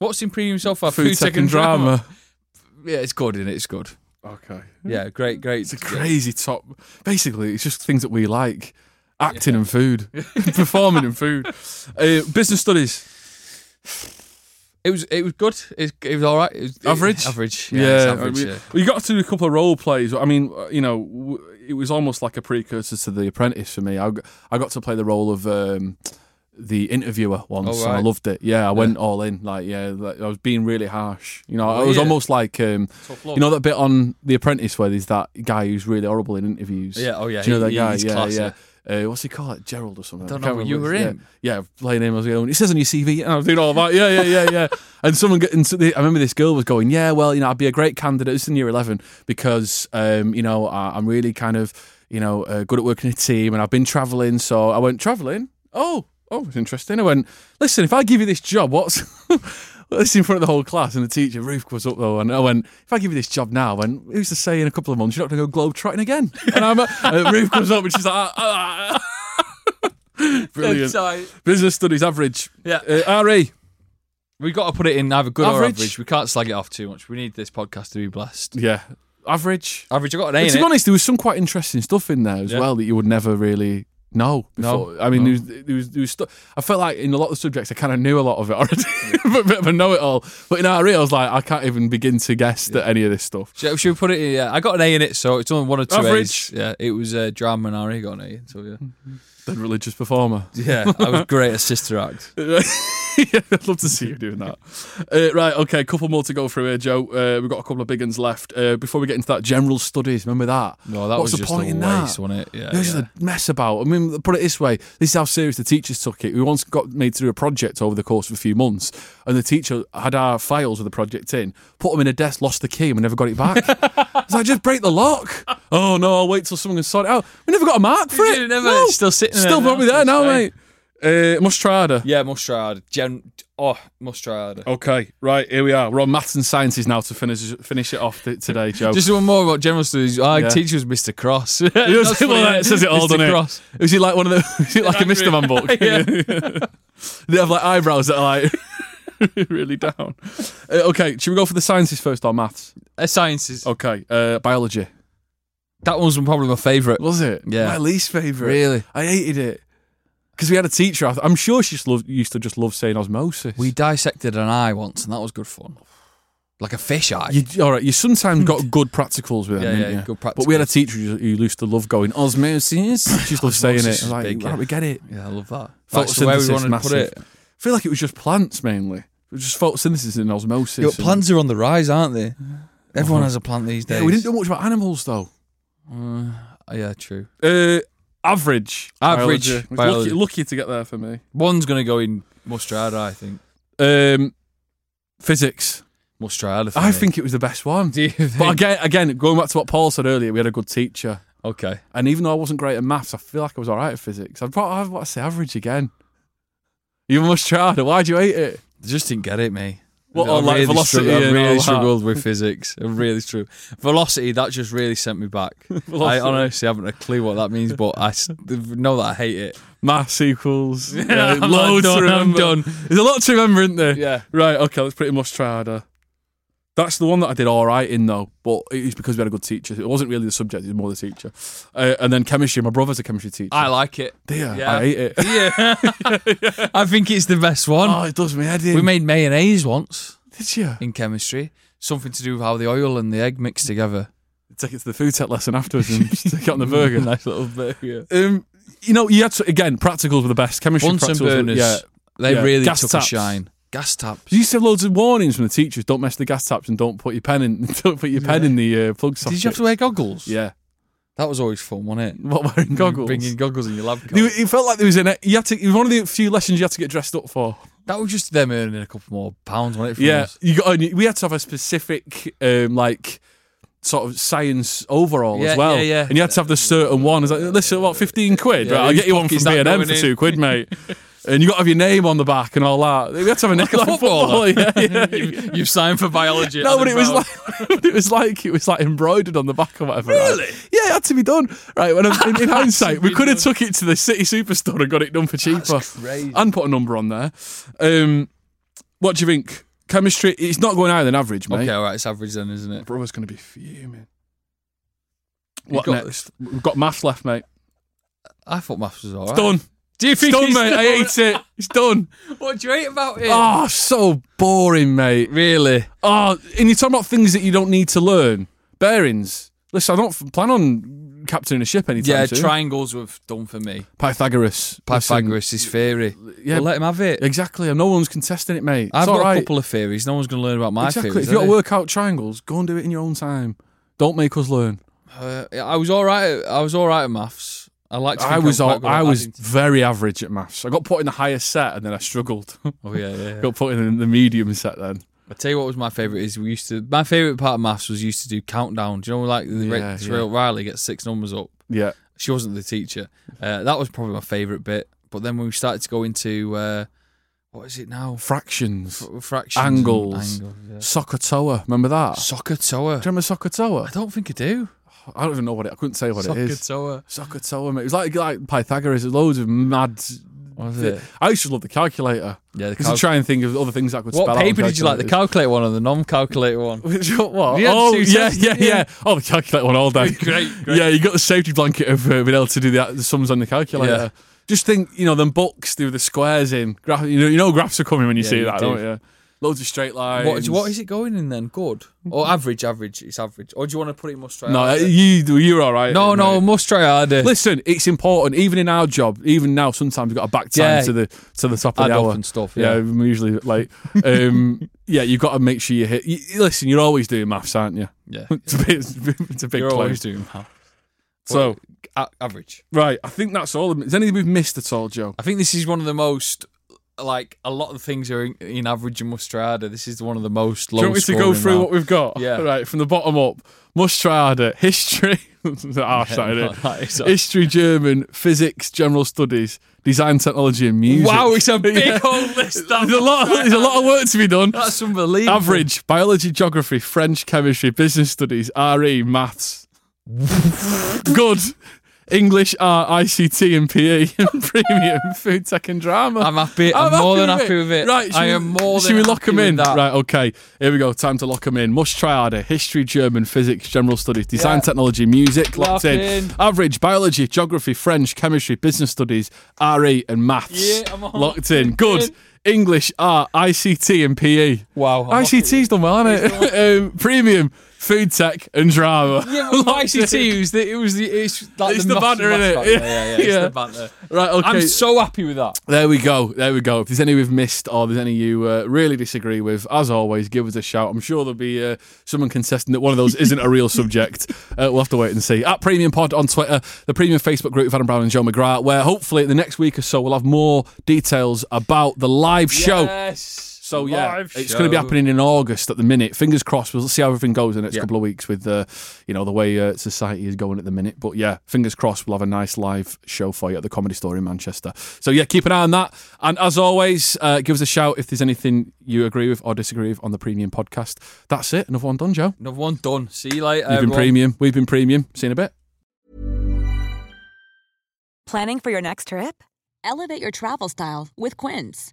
[SPEAKER 3] What's in premium so far?
[SPEAKER 2] Food, tech and drama.
[SPEAKER 3] Yeah, it's good, is it? It's good.
[SPEAKER 2] Okay.
[SPEAKER 3] Yeah, great, great.
[SPEAKER 2] It's a crazy top. Basically, it's just things that we like: acting and food, performing and food, uh, business studies.
[SPEAKER 3] It was it was good. It, it was all right. It was,
[SPEAKER 2] Average,
[SPEAKER 3] average. Yeah, it's average.
[SPEAKER 2] we,
[SPEAKER 3] yeah.
[SPEAKER 2] we got to do a couple of role plays. I mean, uh, you know, w- it was almost like a precursor to The Apprentice for me. I, g- I got to play the role of um, the interviewer once,
[SPEAKER 3] Oh,
[SPEAKER 2] and I
[SPEAKER 3] right.
[SPEAKER 2] loved it. Yeah, I went all in. Like, yeah, like, I was being really harsh. You know, I was
[SPEAKER 3] Oh, yeah.
[SPEAKER 2] almost like, um, you know, that bit on The Apprentice where there's that guy who's really horrible in interviews.
[SPEAKER 3] Yeah, oh, yeah,
[SPEAKER 2] Do you know that
[SPEAKER 3] he-
[SPEAKER 2] guy?
[SPEAKER 3] he's
[SPEAKER 2] yeah,
[SPEAKER 3] class,
[SPEAKER 2] yeah. Uh, what's he called? Like Gerald or something.
[SPEAKER 3] don't
[SPEAKER 2] I can't
[SPEAKER 3] know, you
[SPEAKER 2] remember
[SPEAKER 3] were
[SPEAKER 2] his-
[SPEAKER 3] in.
[SPEAKER 2] Yeah, yeah playing him. I was going. It says on your CV, and I was doing all that. Yeah, yeah, yeah, yeah. and someone, get, and so they, I remember this girl was going, yeah, well, you know, I'd be a great candidate. This is in year eleven because, um, you know, I, I'm really kind of, you know, uh, good at working in a team, and I've been traveling. So I went traveling. Oh, oh, it's interesting. I went, listen, if I give you this job, what's This in front of the whole class, and the teacher Ruth was up though, and I went, "If I give you this job now, and who's to say in a couple of months you're not going to go globe trotting again?" And I'm, uh, Ruth comes up, and she's like, "Ah, ah, ah." Brilliant.
[SPEAKER 3] Sorry.
[SPEAKER 2] Business studies average.
[SPEAKER 3] Yeah.
[SPEAKER 2] Uh, RE.
[SPEAKER 3] We've got to put it in either good or
[SPEAKER 2] Average.
[SPEAKER 3] average. We can't slag it off too much. We need this podcast to be blessed.
[SPEAKER 2] Yeah. average.
[SPEAKER 3] Average, I got an
[SPEAKER 2] But
[SPEAKER 3] A.
[SPEAKER 2] to be
[SPEAKER 3] innit?
[SPEAKER 2] honest, there was some quite interesting stuff in there as
[SPEAKER 3] Yeah.
[SPEAKER 2] well that you would never really know
[SPEAKER 3] No,
[SPEAKER 2] before. I mean,
[SPEAKER 3] no.
[SPEAKER 2] there was, there was, there was stuff. I felt like in a lot of the subjects, I kind of knew a lot of it already, but, but, but know it all. But in RE, I was like, I can't even begin to guess at any of this stuff.
[SPEAKER 3] Should, should we put it? Yeah, I got an A in it, so it's only one or two
[SPEAKER 2] Average.
[SPEAKER 3] A's. Yeah, it was uh, drama and Ari got an A. So yeah,
[SPEAKER 2] The religious performer.
[SPEAKER 3] yeah, I was great at sister act.
[SPEAKER 2] yeah, I'd love to see you doing that. Uh, right, okay, a couple more to go through here, Joe. Uh, we've got a couple of big ones left. Uh, before we get into that, general studies, remember that?
[SPEAKER 3] No, that
[SPEAKER 2] What's
[SPEAKER 3] was
[SPEAKER 2] the
[SPEAKER 3] just
[SPEAKER 2] point
[SPEAKER 3] a
[SPEAKER 2] in that?
[SPEAKER 3] waste, wasn't it? Yeah,
[SPEAKER 2] This is
[SPEAKER 3] yeah.
[SPEAKER 2] a mess about. I mean, put it this way: this is how serious the teachers took it. We once got made to do a project over the course of a few months, and the teacher had our files with the project in, put them in a desk, lost the key, and we never got it back. It's like just break the lock. Oh no! I'll wait till someone can sort it out. We never got a mark for
[SPEAKER 3] You
[SPEAKER 2] it.
[SPEAKER 3] never-
[SPEAKER 2] no.
[SPEAKER 3] it's still sitting there
[SPEAKER 2] still
[SPEAKER 3] now,
[SPEAKER 2] probably
[SPEAKER 3] so
[SPEAKER 2] there
[SPEAKER 3] it's
[SPEAKER 2] now,
[SPEAKER 3] fine.
[SPEAKER 2] mate. Uh, Mustrada.
[SPEAKER 3] Yeah, Mustrad. Gen. Oh, Mustrad.
[SPEAKER 2] Okay, right, here we are. We're on maths and sciences now to finish finish it off th- today, Joe.
[SPEAKER 3] Just one more about general studies. Our
[SPEAKER 2] Yeah.
[SPEAKER 3] teacher was Mr. Cross.
[SPEAKER 2] It was-
[SPEAKER 3] That's
[SPEAKER 2] well,
[SPEAKER 3] funny,
[SPEAKER 2] that says it all,
[SPEAKER 3] Mr.
[SPEAKER 2] doesn't
[SPEAKER 3] Cross.
[SPEAKER 2] it? Was he like one of the? Was he like a Mr. Man book? they have like eyebrows that are like really down. Uh, okay, should we go for the sciences first or maths?
[SPEAKER 3] Uh, sciences.
[SPEAKER 2] Okay, uh, biology.
[SPEAKER 3] That one's probably my favourite.
[SPEAKER 2] Was it?
[SPEAKER 3] Yeah.
[SPEAKER 2] My least favorite.
[SPEAKER 3] Really?
[SPEAKER 2] I hated it because we had a teacher. I th- I'm sure she just loved, used to just love saying osmosis.
[SPEAKER 3] We dissected an eye once, and that was good fun. Like a fish eye.
[SPEAKER 2] You, all right, you sometimes got good practicals with them,
[SPEAKER 3] Yeah,
[SPEAKER 2] didn't
[SPEAKER 3] yeah,
[SPEAKER 2] you?
[SPEAKER 3] good
[SPEAKER 2] But we had a teacher who who used to love going
[SPEAKER 3] Oh,
[SPEAKER 2] osmosis. She just loved saying it.
[SPEAKER 3] Osmosis
[SPEAKER 2] I'm
[SPEAKER 3] is
[SPEAKER 2] Like,
[SPEAKER 3] big,
[SPEAKER 2] how
[SPEAKER 3] yeah.
[SPEAKER 2] do we get it?
[SPEAKER 3] yeah, I love that. That's
[SPEAKER 2] Photosynthesis,
[SPEAKER 3] where we wanted
[SPEAKER 2] massive.
[SPEAKER 3] to put it.
[SPEAKER 2] I feel like it was just plants mainly. It was just photosynthesis and osmosis.
[SPEAKER 3] Yo,
[SPEAKER 2] and-
[SPEAKER 3] plants are on the rise, aren't they? Everyone has a plant these days.
[SPEAKER 2] Yeah, we didn't do much about animals though.
[SPEAKER 3] Oh, yeah, true.
[SPEAKER 2] Uh, average,
[SPEAKER 3] Average
[SPEAKER 2] Biology. Lucky-
[SPEAKER 3] biology.
[SPEAKER 2] Lucky, to get there for me.
[SPEAKER 3] One's going to go in Mustrada, I think.
[SPEAKER 2] Um, physics.
[SPEAKER 3] Mustrada. for
[SPEAKER 2] I
[SPEAKER 3] me.
[SPEAKER 2] think it was the best one.
[SPEAKER 3] Do you
[SPEAKER 2] But
[SPEAKER 3] think-
[SPEAKER 2] again, again, going back to what Paul said earlier, we had a good teacher,
[SPEAKER 3] Okay.
[SPEAKER 2] and even though I wasn't great at maths, I feel like I was all right at physics. I'd probably I'd want to say average again. You must try. Why'd you hate it?
[SPEAKER 3] Just didn't get it, me.
[SPEAKER 2] What,
[SPEAKER 3] I
[SPEAKER 2] on, like, velocity
[SPEAKER 3] struggled, I
[SPEAKER 2] and all
[SPEAKER 3] really
[SPEAKER 2] that?
[SPEAKER 3] struggled with physics. I really struggled. Velocity, that just really sent me back. I
[SPEAKER 2] Velocity.
[SPEAKER 3] honestly haven't a clue what that means, but I s- know that I hate it.
[SPEAKER 2] Maths equals yeah,
[SPEAKER 3] I'm
[SPEAKER 2] loads.
[SPEAKER 3] done,
[SPEAKER 2] to
[SPEAKER 3] I'm
[SPEAKER 2] remember.
[SPEAKER 3] done.
[SPEAKER 2] There's a lot to remember, isn't there?
[SPEAKER 3] Yeah.
[SPEAKER 2] Right. Okay. That's pretty much Mustrada. That's the one that I did all right in though, but it's because we had a good teacher. It wasn't really the subject; it was more the teacher. Uh, and then chemistry. My brother's a chemistry teacher.
[SPEAKER 3] I like it.
[SPEAKER 2] Dear,
[SPEAKER 3] Yeah.
[SPEAKER 2] I hate it.
[SPEAKER 3] Yeah. I think it's the best one.
[SPEAKER 2] Oh, it does me head in.
[SPEAKER 3] we made mayonnaise once
[SPEAKER 2] did you
[SPEAKER 3] in chemistry. Something to do with how the oil and the egg mix together.
[SPEAKER 2] take it to the food tech lesson afterwards and stick it on the burger?
[SPEAKER 3] nice little burger.
[SPEAKER 2] Um, you know, you had to, again practicals were the best. Chemistry
[SPEAKER 3] Bunsen
[SPEAKER 2] practicals, were-
[SPEAKER 3] burners.
[SPEAKER 2] yeah.
[SPEAKER 3] They
[SPEAKER 2] yeah.
[SPEAKER 3] really
[SPEAKER 2] Gas
[SPEAKER 3] took
[SPEAKER 2] taps.
[SPEAKER 3] a shine. Gas taps.
[SPEAKER 2] You used to have loads of warnings from the teachers: don't mess the gas taps and don't put your pen in. Don't put your pen in the uh, plug socket.
[SPEAKER 3] Did you have to wear goggles?
[SPEAKER 2] Yeah.
[SPEAKER 3] That was always fun, wasn't it?
[SPEAKER 2] What wearing goggles?
[SPEAKER 3] Bringing goggles in your lab coat.
[SPEAKER 2] There- It felt like there was an. e, You had to. It was one of the few lessons you had to get dressed up for.
[SPEAKER 3] That was just them earning a couple more pounds, wasn't it? From
[SPEAKER 2] Yeah,
[SPEAKER 3] us?
[SPEAKER 2] you got. and We had to have a specific, um, like, sort of science overall
[SPEAKER 3] Yeah,
[SPEAKER 2] as well.
[SPEAKER 3] yeah, yeah.
[SPEAKER 2] And you had to have the certain one. It's like, listen, what, fifteen quid?
[SPEAKER 3] Yeah,
[SPEAKER 2] right, I'll
[SPEAKER 3] who
[SPEAKER 2] get you
[SPEAKER 3] the
[SPEAKER 2] one
[SPEAKER 3] fuck
[SPEAKER 2] from
[SPEAKER 3] is
[SPEAKER 2] B
[SPEAKER 3] that
[SPEAKER 2] and M for
[SPEAKER 3] going in?
[SPEAKER 2] two quid, mate. and you got to have your name on the back and all that. We had to have a neckline
[SPEAKER 3] footballer.
[SPEAKER 2] football, yeah, yeah.
[SPEAKER 3] You've signed for biology.
[SPEAKER 2] No,
[SPEAKER 3] at
[SPEAKER 2] but
[SPEAKER 3] the
[SPEAKER 2] it was
[SPEAKER 3] Brown.
[SPEAKER 2] like but it was like it was like embroidered on the back or whatever. right? Yeah, it had to be done. Right. When I'm, in, in hindsight, we could have took it to the city superstore and got it done for cheaper,
[SPEAKER 3] crazy.
[SPEAKER 2] and put a number on there. Um, what do you think? Chemistry? It's not going higher than average, mate.
[SPEAKER 3] Okay, all right, it's average then, isn't it?
[SPEAKER 2] Brother's going to be fuming. What
[SPEAKER 3] got-
[SPEAKER 2] next? We've got maths left, mate.
[SPEAKER 3] I thought maths was all right.
[SPEAKER 2] Done.
[SPEAKER 3] Do you
[SPEAKER 2] It's done, mate. I hate it. It's done.
[SPEAKER 3] What do you hate about it?
[SPEAKER 2] Oh, so boring, mate.
[SPEAKER 3] really?
[SPEAKER 2] Oh, and you're talking about things that you don't need to learn. Bearings. Listen, I don't f- plan on captaining a ship anytime
[SPEAKER 3] Yeah,
[SPEAKER 2] soon.
[SPEAKER 3] triangles were done for me.
[SPEAKER 2] Pythagoras.
[SPEAKER 3] Pythagoras' theory.
[SPEAKER 2] yeah.
[SPEAKER 3] Yeah, let him have it.
[SPEAKER 2] Listen, exactly. And no one's contesting it, mate.
[SPEAKER 3] I've
[SPEAKER 2] it's
[SPEAKER 3] got
[SPEAKER 2] all right.
[SPEAKER 3] a couple of theories. No one's going to learn about my
[SPEAKER 2] exactly.
[SPEAKER 3] theories.
[SPEAKER 2] if you
[SPEAKER 3] are
[SPEAKER 2] got to
[SPEAKER 3] they?
[SPEAKER 2] work out triangles, go and do it in your own time. Don't make us learn.
[SPEAKER 3] Uh, I was all right. I was all right at maths. I liked. To
[SPEAKER 2] I
[SPEAKER 3] think
[SPEAKER 2] was
[SPEAKER 3] I'm quite
[SPEAKER 2] all,
[SPEAKER 3] good at
[SPEAKER 2] I was
[SPEAKER 3] adding-
[SPEAKER 2] very average at maths. I got put in the highest set and then I struggled.
[SPEAKER 3] Oh yeah, yeah. yeah.
[SPEAKER 2] got put in the medium set then.
[SPEAKER 3] I tell you what was my favourite is we used to. My favourite part of maths was used to do countdown. Do you know like the
[SPEAKER 2] Yeah, yeah.
[SPEAKER 3] yeah, Terrell Riley gets six numbers up.
[SPEAKER 2] Yeah.
[SPEAKER 3] She wasn't the teacher. Uh, that was probably my favourite bit. But then when we started to go into uh, what is it now?
[SPEAKER 2] Fractions.
[SPEAKER 3] F- fractions, and
[SPEAKER 2] angles.
[SPEAKER 3] angles, yeah.
[SPEAKER 2] Sokotoa. Remember that?
[SPEAKER 3] Sokotoa.
[SPEAKER 2] do you remember
[SPEAKER 3] I
[SPEAKER 2] Sokotoa?
[SPEAKER 3] don't think I do.
[SPEAKER 2] I don't even know what it I couldn't say what it is.
[SPEAKER 3] Sokotoa.
[SPEAKER 2] Sokotoa, mate. It was like like Pythagoras. There's loads of mad
[SPEAKER 3] Was it?
[SPEAKER 2] I used to love the calculator.
[SPEAKER 3] Yeah, the
[SPEAKER 2] Used to
[SPEAKER 3] calc-
[SPEAKER 2] try and think of other things that I could spell
[SPEAKER 3] What
[SPEAKER 2] out on
[SPEAKER 3] paper did you like? The
[SPEAKER 2] calculators.
[SPEAKER 3] calculator one or the non-calculator one?
[SPEAKER 2] Which one- what?
[SPEAKER 3] You had
[SPEAKER 2] oh,
[SPEAKER 3] two
[SPEAKER 2] yeah,
[SPEAKER 3] tests,
[SPEAKER 2] yeah,
[SPEAKER 3] didn't you?
[SPEAKER 2] yeah. Oh, the calculator one all day.
[SPEAKER 3] Great, great.
[SPEAKER 2] Yeah, you got the safety blanket of uh, being able to do the, the sums on the calculator.
[SPEAKER 3] Yeah.
[SPEAKER 2] Just think, you know, them books do the squares in. Graph, you know, you know, graphs are coming when you see
[SPEAKER 3] you
[SPEAKER 2] that,
[SPEAKER 3] do.
[SPEAKER 2] do. not you? Loads of straight lines.
[SPEAKER 3] What, what is it going in then? Good or average? Average. It's average. Or do you want to put it must try?
[SPEAKER 2] No, uh,
[SPEAKER 3] harder?
[SPEAKER 2] you you're all right.
[SPEAKER 3] Uh, no,
[SPEAKER 2] mate.
[SPEAKER 3] no, must try harder.
[SPEAKER 2] Listen, it's important. Even in our job, even now, sometimes we've got a back time
[SPEAKER 3] Yeah.
[SPEAKER 2] to the to the top of
[SPEAKER 3] Add
[SPEAKER 2] the
[SPEAKER 3] up
[SPEAKER 2] hour
[SPEAKER 3] and stuff, yeah.
[SPEAKER 2] I'm usually late. Um, yeah, you've got to make sure you hit. You, listen, you're always doing maths, aren't you?
[SPEAKER 3] Yeah.
[SPEAKER 2] it's, a big, it's a big- it's a big
[SPEAKER 3] You're
[SPEAKER 2] claim.
[SPEAKER 3] always doing that.
[SPEAKER 2] So
[SPEAKER 3] A- average.
[SPEAKER 2] right, I think that's all. Is there anything we've missed at all, Joe?
[SPEAKER 3] I think this is one of the most like a lot of things are in, in average and must try harder. This is one of the most low.
[SPEAKER 2] Do you want me to go
[SPEAKER 3] scoring
[SPEAKER 2] through
[SPEAKER 3] round.
[SPEAKER 2] what we've got?
[SPEAKER 3] Yeah.
[SPEAKER 2] Right, from the bottom up. Must try harder. History. That's harsh, that,
[SPEAKER 3] no,
[SPEAKER 2] innit?
[SPEAKER 3] that is harsh.
[SPEAKER 2] History, German, physics, general studies, design, technology, and music.
[SPEAKER 3] Wow, it's a big
[SPEAKER 2] Yeah.
[SPEAKER 3] old list. that.
[SPEAKER 2] There's a lot. Of, there's a lot of work to be done.
[SPEAKER 3] That's unbelievable.
[SPEAKER 2] Average biology, geography, French, chemistry, business studies, RE, maths. Good. English, art, ICT, and PE, and premium food tech and drama.
[SPEAKER 3] I'm happy. I'm more than happy with it.
[SPEAKER 2] Right, should
[SPEAKER 3] I
[SPEAKER 2] we-
[SPEAKER 3] am more
[SPEAKER 2] Should
[SPEAKER 3] than
[SPEAKER 2] we lock
[SPEAKER 3] happy
[SPEAKER 2] them
[SPEAKER 3] with
[SPEAKER 2] in?
[SPEAKER 3] that.
[SPEAKER 2] Right, okay. Here we go. Time to lock them in. Must try harder. History, German, physics, general studies, design, technology, music. Locked
[SPEAKER 3] Locked
[SPEAKER 2] in.
[SPEAKER 3] in.
[SPEAKER 2] Average biology, geography, French, chemistry, business studies, RE, and maths.
[SPEAKER 3] Yeah, I'm all
[SPEAKER 2] locked in. Good.
[SPEAKER 3] in.
[SPEAKER 2] English, art, ICT, and E. PE.
[SPEAKER 3] Wow, I'm
[SPEAKER 2] ICT's done well, hasn't it? um, premium, food tech, and drama.
[SPEAKER 3] Yeah, but
[SPEAKER 2] Locked in.
[SPEAKER 3] ICT was the, it was the it's like
[SPEAKER 2] It's
[SPEAKER 3] the,
[SPEAKER 2] the banter, innit?
[SPEAKER 3] mascot. Yeah, yeah, yeah. It's
[SPEAKER 2] Yeah.
[SPEAKER 3] the banter.
[SPEAKER 2] Right, okay.
[SPEAKER 3] I'm so happy with that.
[SPEAKER 2] There we go. There we go. If there's any we've missed or there's any you uh, really disagree with, as always, give us a shout. I'm sure there'll be uh, someone contesting that one of those isn't a real subject. Uh, we'll have to wait and see. At Premium Pod on Twitter, the Premium Facebook group with Adam Brown and Joe McGrath, where hopefully in the next week or so we'll have more details about the live show.
[SPEAKER 3] Yes.
[SPEAKER 2] So yeah,
[SPEAKER 3] Live
[SPEAKER 2] it's going to be
[SPEAKER 3] show.
[SPEAKER 2] happening in August at the minute. Fingers crossed. We'll see how everything goes in the next couple of weeks with uh, you know the way uh, society is going at the minute. But yeah, fingers crossed. We'll have a nice live show for you at the Comedy Store in Manchester. So yeah, keep an eye on that. And as always, uh, give us a shout if there's anything you agree with or disagree with on the Premium podcast. That's it. Another one done, Joe.
[SPEAKER 3] Another one done. See you later.
[SPEAKER 2] You've been
[SPEAKER 3] everyone.
[SPEAKER 2] premium. We've been premium. See you in a bit.
[SPEAKER 4] Planning for your next trip?
[SPEAKER 5] Elevate your travel style with Quince.